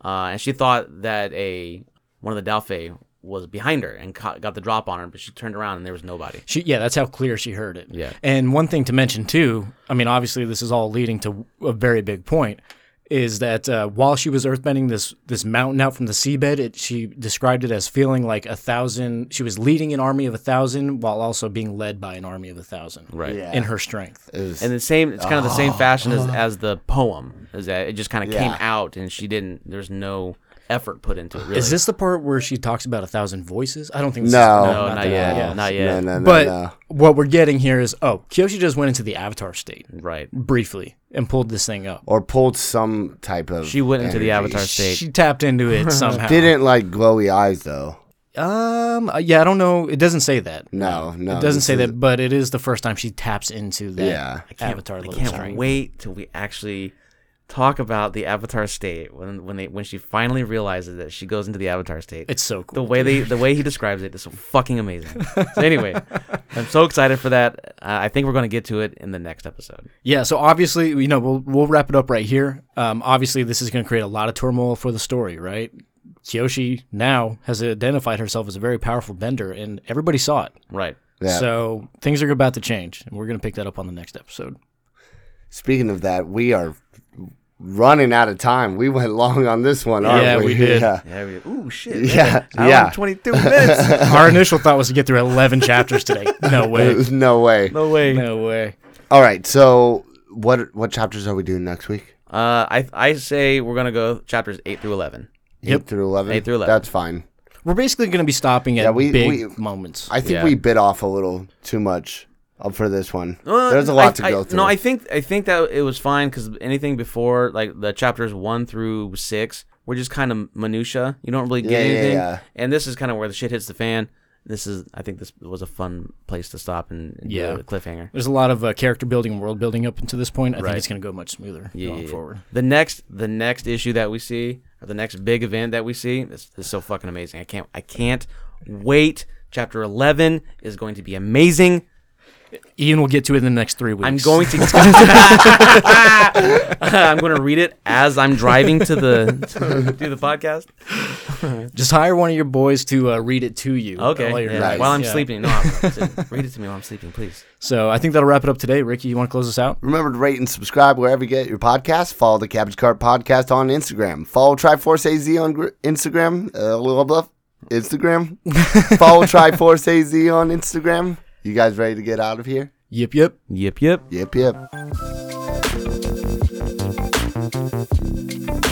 Speaker 3: uh, and she thought that a one of the Dalfe was behind her and caught, got the drop on her, but she turned around and there was nobody.
Speaker 2: She, yeah, that's how clear she heard it.
Speaker 3: Yeah.
Speaker 2: And one thing to mention too, I mean, obviously this is all leading to a very big point, is that uh, while she was earthbending this this mountain out from the seabed, it, she described it as feeling like a thousand. She was leading an army of a thousand while also being led by an army of a thousand.
Speaker 3: Right.
Speaker 1: Yeah.
Speaker 2: In her strength.
Speaker 1: Is-
Speaker 3: And the same, it's kind of the same fashion as, as the poem, is that it just kind of came
Speaker 1: Oh. Yeah.
Speaker 3: out and she didn't. There's no effort put into it. Really.
Speaker 2: Is this the part where she talks about a thousand voices? I don't think. This
Speaker 1: No.
Speaker 2: Is,
Speaker 3: No, not,
Speaker 2: that
Speaker 3: yet.
Speaker 2: one, yeah.
Speaker 3: Not
Speaker 1: no,
Speaker 3: yet.
Speaker 1: no, no,
Speaker 2: But
Speaker 1: no.
Speaker 2: what we're getting here is oh, Kyoshi just went into the avatar state
Speaker 3: Right.
Speaker 2: briefly and pulled this thing up.
Speaker 1: or pulled some type of.
Speaker 3: She went into the
Speaker 1: energy.
Speaker 3: avatar state.
Speaker 2: She tapped into it somehow.
Speaker 1: Didn't like glowy eyes though.
Speaker 2: Um. uh, Yeah, I don't know. It doesn't say that.
Speaker 1: No, no.
Speaker 2: It doesn't
Speaker 1: this
Speaker 2: say
Speaker 1: is-
Speaker 2: that, but it is the first time she taps into that
Speaker 1: Yeah. I
Speaker 2: avatar
Speaker 3: I
Speaker 2: level
Speaker 3: can't
Speaker 2: strength.
Speaker 3: wait till we actually talk about the avatar state when when they when she finally realizes that she goes into the avatar state.
Speaker 2: It's so
Speaker 3: the
Speaker 2: cool.
Speaker 3: way they the way he describes it is fucking amazing. so anyway, I'm so excited for that. Uh, I think we're going to get to it in the next episode.
Speaker 2: Yeah. So obviously, you know, we'll we'll wrap it up right here. Um. Obviously, this is going to create a lot of turmoil for the story, right? Kyoshi now has identified herself as a very powerful bender, and everybody saw it.
Speaker 3: Right.
Speaker 1: Yeah.
Speaker 2: So things are about to change, and we're going to pick that up on the next episode.
Speaker 1: Speaking of that, we are running out of time. We went long on this one, aren't
Speaker 2: Yeah,
Speaker 1: we?
Speaker 2: we did.
Speaker 1: Yeah.
Speaker 3: Yeah. we- Ooh shit.
Speaker 1: Yeah,
Speaker 3: Hour and
Speaker 1: yeah.
Speaker 3: 22 minutes.
Speaker 2: Our initial thought was to get through eleven chapters today. No way.
Speaker 1: no way.
Speaker 3: no way.
Speaker 2: No way.
Speaker 1: All right. So what what chapters are we doing next week?
Speaker 3: Uh, I I say we're going to go chapters 8 through 11.
Speaker 1: Eight through eleven.
Speaker 3: Eight through 11.
Speaker 1: That's fine.
Speaker 2: We're basically going to be stopping at
Speaker 1: Yeah, we-
Speaker 2: big
Speaker 1: we-
Speaker 2: moments.
Speaker 1: I think
Speaker 3: Yeah.
Speaker 1: we bit off a little too much up for this one.
Speaker 3: Uh,
Speaker 1: There's a lot
Speaker 3: I-
Speaker 1: to go
Speaker 3: I-
Speaker 1: through.
Speaker 3: No, I think I think that it was fine because anything before, like the chapters one through six, were just kind of minutia. You don't really get
Speaker 1: Yeah, yeah,
Speaker 3: anything.
Speaker 1: yeah.
Speaker 3: And this is kind of where the shit hits the fan. This is, I think, this was a fun place to stop and, and
Speaker 2: Yeah.
Speaker 3: do a cliffhanger.
Speaker 2: There's a lot of uh, character building and world building up until this point. I think it's going to go much smoother going forward.
Speaker 3: The next, the next issue that we see, or the next big event that we see, is, is so fucking amazing. I can't, I can't wait. Chapter eleven is going to be amazing.
Speaker 2: Ian will get to it in the next three weeks.
Speaker 3: I'm going to. I'm going to read it as I'm driving to the to do the podcast.
Speaker 2: just hire one of your boys to uh, read it to you.
Speaker 3: Okay,
Speaker 2: while you're
Speaker 3: yeah,
Speaker 2: driving.
Speaker 3: while I'm
Speaker 2: Yeah.
Speaker 3: sleeping. No, I'm, read it to me while I'm sleeping, please.
Speaker 2: So I think that'll wrap it up today. Ricky, you want to close us out?
Speaker 1: Remember to rate and subscribe wherever you get your podcast. Follow the Cabbage Cart Podcast on Instagram. Follow Triforce AZ on gr- Instagram. Uh, blah, blah, blah. Instagram. Follow Triforce AZ on Instagram. You guys ready to get out of here?
Speaker 2: Yep, yep.
Speaker 3: Yep, yep.
Speaker 1: Yep, yep.